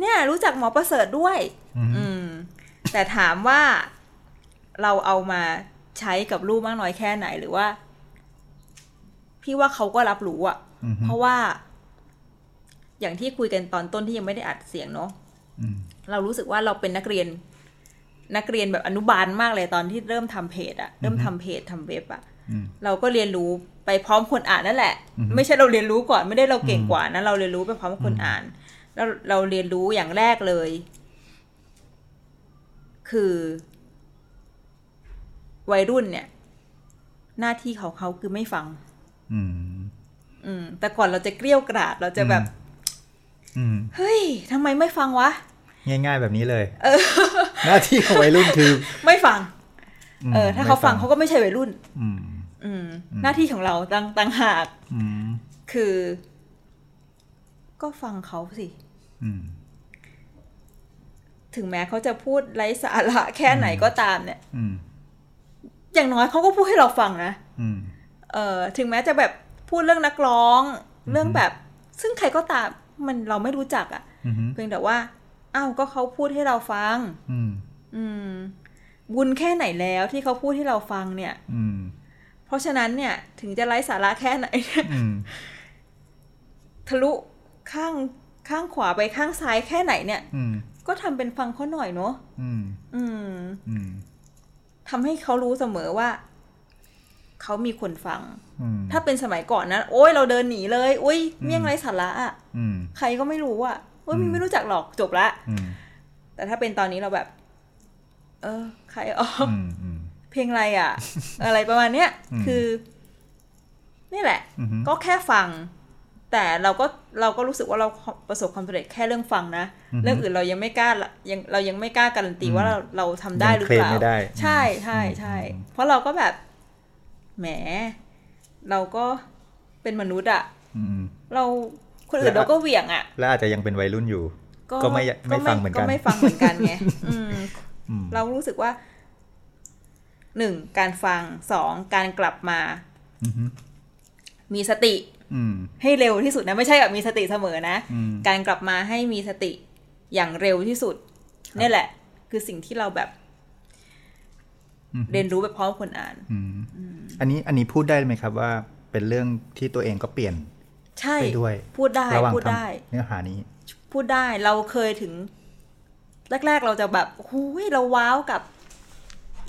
[SPEAKER 2] เนี่ยรู้จักหมอประเสริฐด้วย
[SPEAKER 1] อืม
[SPEAKER 2] อืม แต่ถามว่าเราเอามาใช้กับลูกมากน้อยแค่ไหนหรือว่า พี่ว่าเขาก็รับรู้อะ
[SPEAKER 1] อือฮึ
[SPEAKER 2] เพราะว่า อย่างที่คุยกันตอนต้นที่ยังไม่ได้อัดเสียงเนาะ
[SPEAKER 1] อืม
[SPEAKER 2] เรารู้สึกว่าเราเป็นนักเรียน นักเรียนแบบอนุบาลมากเลยตอนที่เริ่มทำเพจอะเริ่มทำเพจทำเว็บอะ
[SPEAKER 1] อืม
[SPEAKER 2] เราก็เรียนรู้ไปพร้อมคนอ่านนั่นแหละ
[SPEAKER 1] อือฮึ
[SPEAKER 2] ไม่ใช่เราเรียนรู้ก่อนไม่ได้เราเก่ง
[SPEAKER 1] อืม
[SPEAKER 2] กว่านะเราเรียนรู้ไปพร้อมคนอ่าน แล้วเราเรียนรู้อย่างแรกเลย คือ วัยรุ่นเนี่ย หน้าที่ของเขาคือไม่ฟัง
[SPEAKER 1] อืม
[SPEAKER 2] อืม แต่ก่อนเราจะเกลี้ยวกราด เราจะแบบ
[SPEAKER 1] อืม
[SPEAKER 2] เฮ้ยทำไมไม่ฟังวะ
[SPEAKER 1] ง่าย ๆ แบบนี้เลยหน้าที่ของวัยรุ่นคือ
[SPEAKER 2] ไม่ฟัง
[SPEAKER 1] ม
[SPEAKER 2] เออ ถ้าเขาฟังเขาก็ไม่ใช่วัยรุ่น
[SPEAKER 1] อืม
[SPEAKER 2] อืม
[SPEAKER 1] อืม
[SPEAKER 2] หน้าที่ของเราต่างต่างหาก
[SPEAKER 1] อืม
[SPEAKER 2] คือ ก็ฟังเขาสิ
[SPEAKER 1] อืม
[SPEAKER 2] ถึงแม้เขาจะพูดไร้สาระแค่ไหนก็ตามเนี่ย
[SPEAKER 1] อืม
[SPEAKER 2] อย่างน้อยเขาก็พูดให้เราฟังนะ
[SPEAKER 1] อืม
[SPEAKER 2] เออถึงแม้จะแบบพูดเรื่องนักร้อง
[SPEAKER 1] อืม
[SPEAKER 2] เรื่องแบบ ซึ่งใครก็ตามมันเราไม่รู้จักอะ่ะ
[SPEAKER 1] อืม
[SPEAKER 2] เพียงแต่ว่าอ้าวก็เขาพูดให้เราฟัง
[SPEAKER 1] อืม
[SPEAKER 2] อืม บุญแค่ไหนแล้วที่เขาพูดให้เราฟังเนี่ย
[SPEAKER 1] อืม
[SPEAKER 2] เพราะฉะนั้นเนี่ยถึงจะไร้สาระแค่ไหน
[SPEAKER 1] อืม
[SPEAKER 2] (laughs) ทะลุข้างข้างขวาไปข้างซ้ายแค่ไหนเนี่ย
[SPEAKER 1] อืม
[SPEAKER 2] ก็ทำเป็นฟังเขาหน่อยเนอะ
[SPEAKER 1] อืม
[SPEAKER 2] อืม
[SPEAKER 1] อืม
[SPEAKER 2] ทำให้เขารู้เสมอว่า เขามีคนฟัง
[SPEAKER 1] อืม
[SPEAKER 2] ถ้าเป็นสมัยก่อนนะ โอ้ยเราเดินหนีเลยโอ้ยเมี่ยง
[SPEAKER 1] อืม
[SPEAKER 2] ไร้สาระอ่ะ
[SPEAKER 1] อืม
[SPEAKER 2] ใครก็ไม่รู้อ่ะโอ้ย
[SPEAKER 1] อืม
[SPEAKER 2] ไม่รู้จักหรอกจบละ
[SPEAKER 1] อืม
[SPEAKER 2] แต่ถ้าเป็นตอนนี้เราแบบ เออ ใครอ๋อ
[SPEAKER 1] (laughs)
[SPEAKER 2] อ
[SPEAKER 1] อืม อืม
[SPEAKER 2] เพลงอะไรอ่ะ อะไรประมาณเนี้ย
[SPEAKER 1] อืม
[SPEAKER 2] คือ นี่แหละ
[SPEAKER 1] อืม
[SPEAKER 2] ก็แค่ฟัง แต่เราก็เราก็รู้สึกว่าเราประสบความสำเร็จแค่เรื่องฟังนะ เรื่องอื่นเรายังไม่กล้าละยังเรายังไม่กล้าการันตีว่าเราเราทำได้หรือเป
[SPEAKER 1] ยั
[SPEAKER 2] ล่าง
[SPEAKER 1] คมไม่ได้
[SPEAKER 2] ใช่ใช่ใช่
[SPEAKER 1] อืม
[SPEAKER 2] เพราะเราก็แบบแหม เราก็เป็นมนุษย์อะ
[SPEAKER 1] อืม
[SPEAKER 2] เราคนอื่น
[SPEAKER 1] แล้ว
[SPEAKER 2] เราก็เหวี่ยงอะ
[SPEAKER 1] และอาจจะยังเป็นวัยรุ่นอยู่ ก็ไม่ไม่ฟังเหมือนกัน
[SPEAKER 2] ก็ไม่ฟังเหมือนกัน
[SPEAKER 1] (laughs)
[SPEAKER 2] ไงอืม
[SPEAKER 1] อืม
[SPEAKER 2] เรารู้สึกว่าหนึ่งการฟังสองการกลับมา
[SPEAKER 1] อืม
[SPEAKER 2] มีสติ
[SPEAKER 1] อืม
[SPEAKER 2] ให้เร็วที่สุดนะไม่ใช่แบบมีสติเสมอนะ
[SPEAKER 1] อืม
[SPEAKER 2] การกลับมาให้มีสติอย่างเร็วที่สุดนี่แหละ คือสิ่งที่เราแบบ
[SPEAKER 1] อืม
[SPEAKER 2] เรียนรู้ไปพร้อมคนอ่าน
[SPEAKER 1] อืม อันนี้ อันนี้พูดได้ไหมครับว่าเป็นเรื่องที่ตัวเองก็เปลี่ยน
[SPEAKER 2] ใช่
[SPEAKER 1] ไปด้วย
[SPEAKER 2] พูดได้
[SPEAKER 1] ระหว่าง
[SPEAKER 2] พูด
[SPEAKER 1] ท
[SPEAKER 2] ได้
[SPEAKER 1] ำเนื้อหานี้
[SPEAKER 2] พูดได้เราเคยถึง แรก ๆ เราจะแบบหูยเราว้าวกับ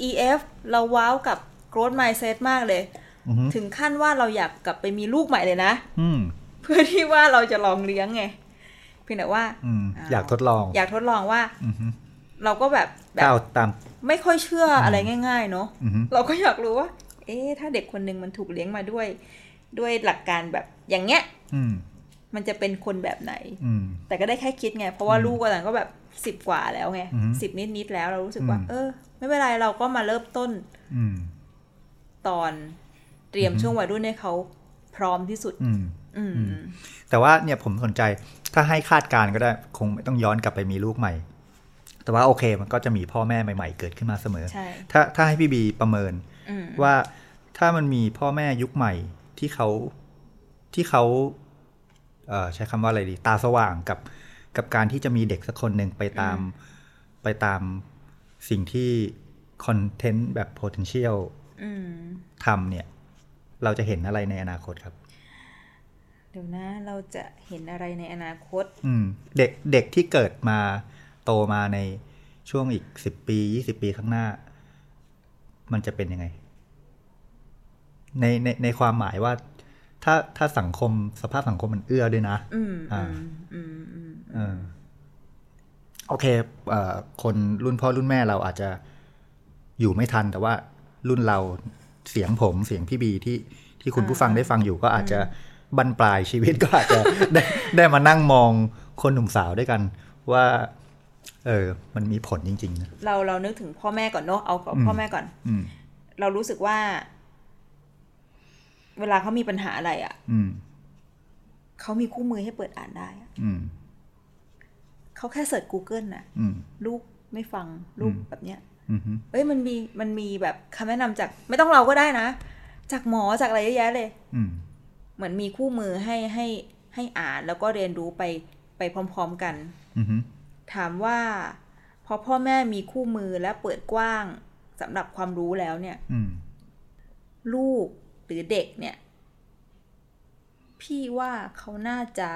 [SPEAKER 2] EF เราว้าวกับ growth mindset มากเลย
[SPEAKER 1] อืม
[SPEAKER 2] ถึงขั้นว่าเราอยากกลับไปมีลูกใหม่เลยนะ (laughs)
[SPEAKER 1] อืม
[SPEAKER 2] เพื่อที่ว่าเราจะลองเลี้ยงไงเพียงแต่ว่า
[SPEAKER 1] อืม
[SPEAKER 2] อ้าว
[SPEAKER 1] อยากทดลอง
[SPEAKER 2] อยากทดลองว่า
[SPEAKER 1] อืม
[SPEAKER 2] เราก็แบบแบ
[SPEAKER 1] ก้า
[SPEAKER 2] บ
[SPEAKER 1] วตาม
[SPEAKER 2] ไม่ค่อยเชื่ออะไรง่าย ๆ เนาะ
[SPEAKER 1] อืม
[SPEAKER 2] เราก็อยากรู้ว่า เอ๊ะ ถ้าเด็กคนหนึ่งมันถูกเลี้ยงมาด้วย ด้วยหลักการแบบอย่างเงี้ย
[SPEAKER 1] อืม
[SPEAKER 2] มันจะเป็นคนแบบไหน
[SPEAKER 1] อืม
[SPEAKER 2] แต่ก็ได้แค่คิดไง เพราะว่า
[SPEAKER 1] อืม
[SPEAKER 2] ลูกตอนนั้นก็แบบสิบ10 กว่าแล้วไง
[SPEAKER 1] อือฮึ
[SPEAKER 2] สิบนิดนิดๆแล้วเรารู้สึกว่า
[SPEAKER 1] อืม
[SPEAKER 2] เออ ไม่เป็นไรเราก็มาเริ่มต้น
[SPEAKER 1] อืม
[SPEAKER 2] ตอนเตรียม
[SPEAKER 1] อือฮึ
[SPEAKER 2] ช่วงวัยรุ่นให้เขาพร้อมที่สุด
[SPEAKER 1] อืม
[SPEAKER 2] อืม
[SPEAKER 1] อืม แต่ว่าเนี่ยผมสนใจถ้าให้คาดการณ์ก็ได้ คงไม่ต้องย้อนกลับไปมีลูกใหม่ แต่ว่าโอเคมันก็จะมีพ่อแม่ใหม่ๆเกิดขึ้นมาเสมอ
[SPEAKER 2] ใช่
[SPEAKER 1] ถ้าถ้าให้พี่บีประเมิน
[SPEAKER 2] อืม
[SPEAKER 1] ว่าถ้ามันมีพ่อแม่ยุคใหม่ที่เขาที่เขาเอ่อใช้คำว่าอะไรดีตาสว่างกับกับการที่จะมีเด็กสักคนหนึ่งไปตามไปตามสิ่งที่คอนเทนต์แบบ potential
[SPEAKER 2] อืม
[SPEAKER 1] ทำเนี่ย เราจะเห็นอะไรในอนาคตครับ
[SPEAKER 2] เดี๋ยวนะ เราจะเห็นอะไรในอนาคต
[SPEAKER 1] อืมเด็กเด็กที่เกิดมาโตมาในช่วงอีกสิบปียี่สิบปีข้างหน้า มันจะเป็นยังไง ในในในความหมายว่า ถ้าถ้าสังคมสภาพสังคมมันเอื้อด้วยนะ
[SPEAKER 2] อืมอื
[SPEAKER 1] อ่า
[SPEAKER 2] มอืมอืม
[SPEAKER 1] เออโอเคเอ่อคนรุ่นพ่อรุ่นแม่เราอาจจะอยู่ไม่ทัน แต่ว่ารุ่นเราเสียงผมเสียงพี่บีที่ที่คุณผู้ฟังได้ฟังอยู่ก็อาจจะ บั้นปลายชีวิตก็อาจจะ ได้ได้มานั่งมองคนหนุ่มสาวด้วยกัน ว่า เออ มันมีผลจริง ๆ นะ
[SPEAKER 2] เราเรานึกถึงพ่อแม่ก่อนเนอะเอากับ
[SPEAKER 1] อืม
[SPEAKER 2] พ่อแม่ก่อน
[SPEAKER 1] อืม
[SPEAKER 2] เรารู้สึกว่า เวลาเขามีปัญหาอะไรอะ่ะ
[SPEAKER 1] อืม
[SPEAKER 2] เขามีคู่มือให้เปิดอ่านได้อะ
[SPEAKER 1] อืม
[SPEAKER 2] เขาแค่เสิร์ช Google นะ
[SPEAKER 1] อืม
[SPEAKER 2] ลูกไม่ฟังลูก
[SPEAKER 1] อืม
[SPEAKER 2] แบบเนี้ย
[SPEAKER 1] อืมฮึ
[SPEAKER 2] เอ้ยมันมีมันมีแบบคำแนะนำจาก ไม่ต้องเราก็ได้นะ จากหมอจากอะไรเยอะแยะเลย
[SPEAKER 1] อืม
[SPEAKER 2] เหมือนมีคู่มือให้ให้ให้อ่านแล้วก็เรียนรู้ไปไปพร้อม ๆกัน
[SPEAKER 1] อืมฮึ
[SPEAKER 2] ถามว่าพอพ่อแม่มีคู่มือและเปิดกว้างสำหรับความรู้แล้วเนี่ย
[SPEAKER 1] อืม
[SPEAKER 2] ลูกหรือเด็กเนี่ย พี่ว่าเขาน่าจะ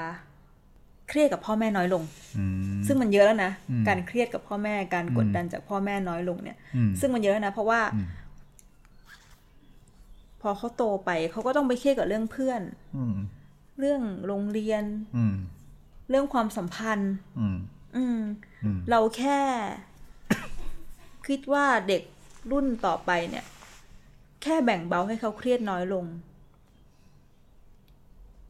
[SPEAKER 2] เครียดกับพ่อแม่น้อยลง
[SPEAKER 1] อืม
[SPEAKER 2] ซึ่งมันเยอะแล้วนะ
[SPEAKER 1] อืม
[SPEAKER 2] การเครียดกับพ่อแม่การกดดันจากพ่อแม่น้อยลงเนี่ย
[SPEAKER 1] อืม
[SPEAKER 2] ซึ่งมันเยอะแล้วนะเพราะว่า
[SPEAKER 1] อืม
[SPEAKER 2] พอเขาโตไปเขาก็ต้องไปเครียดกับเรื่องเพื่อน
[SPEAKER 1] อืม
[SPEAKER 2] เรื่องโรงเรียน
[SPEAKER 1] อืม
[SPEAKER 2] เรื่องความสัมพันธ์
[SPEAKER 1] อืม
[SPEAKER 2] อืม
[SPEAKER 1] อืม
[SPEAKER 2] เราแค่ คิดว่าเด็กรุ่นต่อไปเนี่ย แค่แบ่งเบาให้เขาเครียดน้อยลง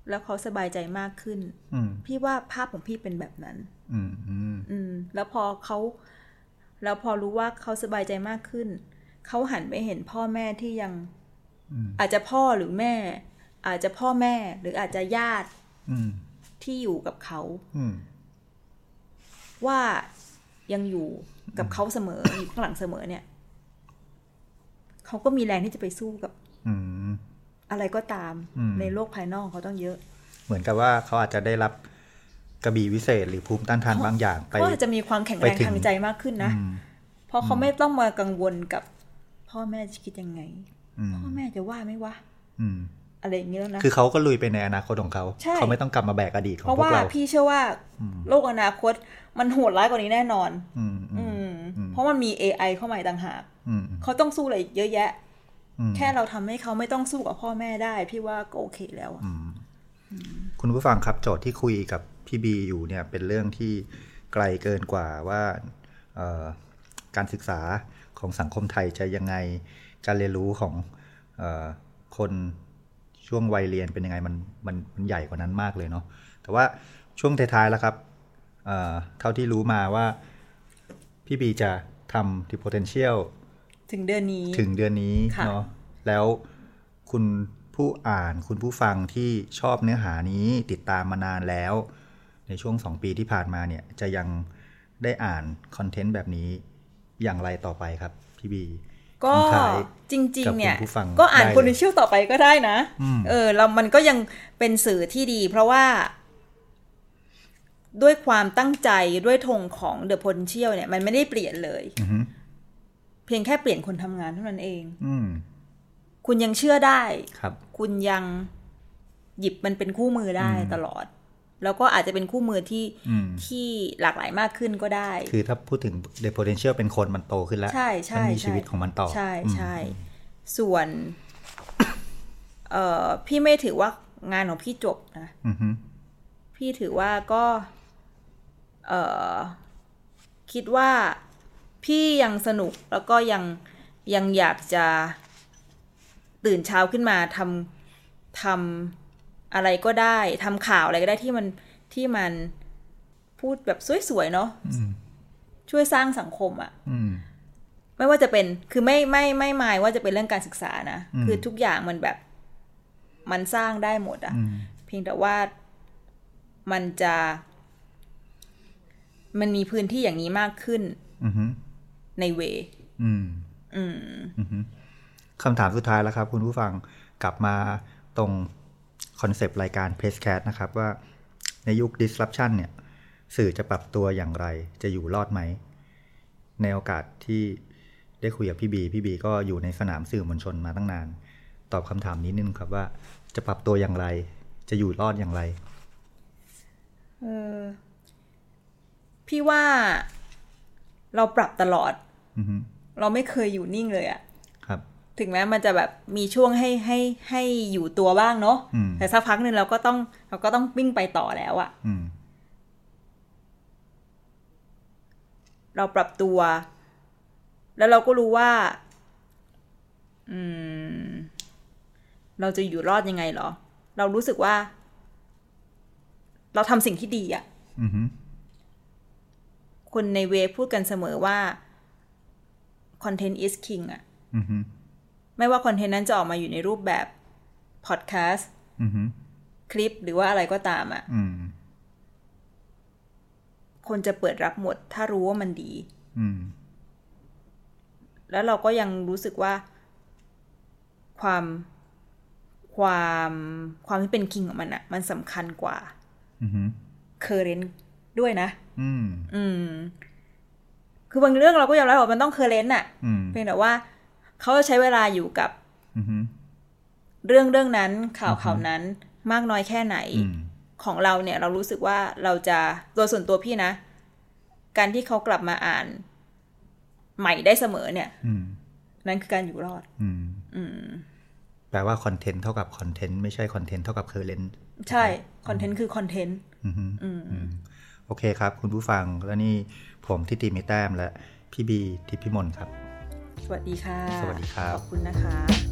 [SPEAKER 2] แล้วเขาสบายใจมากขึ้น
[SPEAKER 1] อืม
[SPEAKER 2] พี่ว่าภาพของพี่เป็นแบบนั้น
[SPEAKER 1] อืมอืม
[SPEAKER 2] อืม แล้วพอเขาแล้วพอรู้ว่าเขาสบายใจมากขึ้น เขาหันไปเห็นพ่อแม่ที่ยัง
[SPEAKER 1] อืม
[SPEAKER 2] อาจจะพ่อหรือแม่ อาจจะพ่อแม่ หรืออาจจะญาติ
[SPEAKER 1] อืม
[SPEAKER 2] ที่อยู่กับเขา
[SPEAKER 1] อืม
[SPEAKER 2] ว่ายังอยู่กับเขาเสมออยู่ข้างหลังเสมอเนี่ย เขาก็มีแรงที่จะไปสู้กับ
[SPEAKER 1] อืม
[SPEAKER 2] อะไรก็ตาม
[SPEAKER 1] อืม
[SPEAKER 2] ในโลกภายนอกเขาต้องเยอะ
[SPEAKER 1] เหมือนกับว่าเขาอาจจะได้รับกระบี่วิเศษหรือภูมิต้านทานบางอย่างไป
[SPEAKER 2] ก็อาจจะมีความแข็งแรง
[SPEAKER 1] ไปถึง
[SPEAKER 2] ทางใจมากขึ้นนะ
[SPEAKER 1] อืม
[SPEAKER 2] เพราะเขาไม่ต้องมากังวลกับ พ่อแม่จะคิดยังไง
[SPEAKER 1] อืม
[SPEAKER 2] พ่อแม่จะว่าไหม่ว่า
[SPEAKER 1] อืม
[SPEAKER 2] อะไรอย่างเงี้ยแล้วนะ
[SPEAKER 1] คือเขาก็ลุยไปในอนาคตของเขา
[SPEAKER 2] ใช่
[SPEAKER 1] เขาไม่ต้องกลับมาแบกอดีตของ
[SPEAKER 2] เพราะ
[SPEAKER 1] พว
[SPEAKER 2] ว่าก
[SPEAKER 1] เรา
[SPEAKER 2] พี่เชื่อว่า
[SPEAKER 1] อืม
[SPEAKER 2] โลกอนาคต มันโหดร้ายกว่านี้แน่นอน
[SPEAKER 1] อืมอื
[SPEAKER 2] อื
[SPEAKER 1] ม
[SPEAKER 2] ม
[SPEAKER 1] อืม
[SPEAKER 2] เพราะมันมี AI เข้ามาอีกต่างหาก
[SPEAKER 1] อืม
[SPEAKER 2] เขาต้องสู้อะไรเยอะแยะ
[SPEAKER 1] อืม
[SPEAKER 2] แค่เราทำให้เขาไม่ต้องสู้กับพ่อแม่ได้ พี่ว่าก็โอเคแล้วอะ
[SPEAKER 1] อืมคุณผู้ฟังครับโจทย์ที่คุยกับพี่บีอยู่เนี่ย เป็นเรื่องที่ไกลเกินกว่าว่าเอ่อการศึกษาของสังคมไทยจะยังไง การเรียนรู้ของเออคนช่วงวัยเรียนเป็นยังไงมันมันมันใหญ่กว่านั้นมากเลยเนาะ แต่ว่าช่วงท้ายๆแล้วครับเอ่อเท่าที่รู้มาว่าพี่บีจะทำ the potential
[SPEAKER 2] ถึงเดือนนี้
[SPEAKER 1] ถึงเดือนนี้
[SPEAKER 2] ค่ะ
[SPEAKER 1] เนาะแล้วคุณผู้อ่านคุณผู้ฟังที่ชอบเนื้อหานี้ติดตามมานานแล้ว ในช่วง 2 ปีที่ผ่านมาเนี่ย จะยังได้อ่านคอนเทนต์แบบนี้อย่างไรต่อไปครับ พี่บี
[SPEAKER 2] ก็
[SPEAKER 1] ทิ้งท้าย
[SPEAKER 2] จริง ๆ เนี่ย
[SPEAKER 1] กับคุณผู้ฟัง
[SPEAKER 2] ก็อ่าน
[SPEAKER 1] ได้เลย
[SPEAKER 2] คนในเชี่ยวต่อไปก็ได้นะ
[SPEAKER 1] อืม
[SPEAKER 2] เออเรามันก็ยังเป็นสื่อที่ดี เพราะว่า ด้วยความตั้งใจด้วยธงของเดอะพลเชียลเนี่ย มันไม่ได้เปลี่ยนเลย
[SPEAKER 1] อือหือ
[SPEAKER 2] เพียงแค่เปลี่ยนคนทำงานเท่านั้นเอง
[SPEAKER 1] อืม
[SPEAKER 2] คุณยังเชื่อได้
[SPEAKER 1] ครับ
[SPEAKER 2] คุณยังหยิบมันเป็นคู่มือได้
[SPEAKER 1] อืม
[SPEAKER 2] ตลอด แล้วก็อาจจะเป็นคู่มือที่
[SPEAKER 1] อืม
[SPEAKER 2] ที่หลากหลายมากขึ้นก็ได้
[SPEAKER 1] คือถ้าพูดถึง the potential เป็นคนมันโตขึ้นแล้ว
[SPEAKER 2] ใช่ใช่
[SPEAKER 1] มันมี
[SPEAKER 2] ใช่
[SPEAKER 1] ชีวิตของมันต่อ
[SPEAKER 2] ใช่
[SPEAKER 1] อืม
[SPEAKER 2] ใช่ ส่วน (coughs) เอ่อพี่ไม่ถือว่างานของพี่จบนะ
[SPEAKER 1] อือหือ
[SPEAKER 2] พี่ถือว่าก็ เอ่อ คิดว่าพี่ยังสนุกแล้วก็ยังยังอยากจะตื่นเช้าขึ้นมาทำทำอะไรก็ได้ทำข่าวอะไรก็ได้ที่มันที่มันพูดแบบสวยๆเนาะ
[SPEAKER 1] อืม
[SPEAKER 2] ช่วยสร้างสังคมอะ
[SPEAKER 1] อืม
[SPEAKER 2] ไม่ว่าจะเป็น คือไม่ไม่ไม่หมายว่าจะเป็นเรื่องการศึกษานะ
[SPEAKER 1] อืม
[SPEAKER 2] คือทุกอย่างมันแบบ มันสร้างได้หมดอะ
[SPEAKER 1] อืม
[SPEAKER 2] เพียงแต่ว่ามันจะ มันมีพื้นที่อย่างนี้มากขึ้น
[SPEAKER 1] อือหือ
[SPEAKER 2] ในเว
[SPEAKER 1] อืม
[SPEAKER 2] อืม
[SPEAKER 1] อือฮึคำถามสุดท้ายแล้วครับ คุณผู้ฟังกลับมาตรงคอนเซปต์รายการ p r e s s c a t นะครับว่าในยุค disruption เนี่ย สื่อจะปรับตัวอย่างไร จะอยู่รอดไหม ในโอกาสที่ได้คุยกับพี่บี พี่บีก็อยู่ในสนามสื่อมวลชนมาตั้งนาน ตอบคำถามนี้นิดนึงครับว่าจะปรับตัวอย่างไร จะอยู่รอดอย่างไร
[SPEAKER 2] เออ พี่ว่าเราปรับตลอด
[SPEAKER 1] อือฮึ
[SPEAKER 2] เราไม่เคยอยู่นิ่งเลยอะ
[SPEAKER 1] ครับ
[SPEAKER 2] ถึงแม้มันจะแบบมีช่วงให้ให้ให้อยู่ตัวบ้างเนาะ
[SPEAKER 1] อืม
[SPEAKER 2] แต่สักพักหนึ่งเราก็ต้อง เราก็ต้องวิ่งไปต่อแล้วอะ
[SPEAKER 1] อืม
[SPEAKER 2] เราปรับตัว แล้วเราก็รู้ว่า อืม เราจะอยู่รอดยังไงเหรอ เรารู้สึกว่า เราทำสิ่งที่ดีอะ
[SPEAKER 1] อือฮึ
[SPEAKER 2] คนในเวพูดกันเสมอว่า content is king อะ
[SPEAKER 1] อือฮึ
[SPEAKER 2] ไม่ว่าคอนเทนต์นั้นจะออกมาอยู่ในรูปแบบ podcast
[SPEAKER 1] อือฮึ
[SPEAKER 2] คลิปหรือว่าอะไรก็ตามอะ
[SPEAKER 1] อืม
[SPEAKER 2] คนจะเปิดรับหมด ถ้ารู้ว่ามันดี
[SPEAKER 1] อืม
[SPEAKER 2] แล้วเราก็ยังรู้สึกว่า ความความความที่เป็นคิงของมันอะมันสำคัญกว่า
[SPEAKER 1] อือฮึ
[SPEAKER 2] เคอร์เรนด้วยนะ
[SPEAKER 1] อืม
[SPEAKER 2] อืม คือบางเรื่องเราก็ยอมรับว่ามันต้องเคอร์เรนอะ
[SPEAKER 1] อืม
[SPEAKER 2] เพียงแต่ว่าเขาจะใช้เวลาอยู่กับ
[SPEAKER 1] อือฮึ
[SPEAKER 2] เรื่องเรื่องนั้น ข่าวข่าวนั้น มากน้อยแค่ไหน
[SPEAKER 1] อืม
[SPEAKER 2] ของเราเนี่ย เรารู้สึกว่าเราจะโดยส่วนตัวพี่นะ การที่เขากลับมาอ่าน ใหม่ได้เสมอเนี่ย
[SPEAKER 1] อืม
[SPEAKER 2] นั่นคือการอยู่รอด
[SPEAKER 1] อืม
[SPEAKER 2] อืม
[SPEAKER 1] แปลว่าคอนเทนต์เท่ากับคอนเทนต์ไม่ใช่คอนเทนต์เท่ากับเคอร์เรนต์
[SPEAKER 2] ใช่ คอนเทนต์คือคอนเทนต์
[SPEAKER 1] อือฮึ
[SPEAKER 2] อืม
[SPEAKER 1] อืมโอเคครับ คุณผู้ฟังและนี่ผมทิติมิตรแต้มและพี่บีทิพย์พิมลครับ
[SPEAKER 2] สวัสดีค่ะ
[SPEAKER 1] สวัสดีครับ
[SPEAKER 2] ขอบคุณนะคะ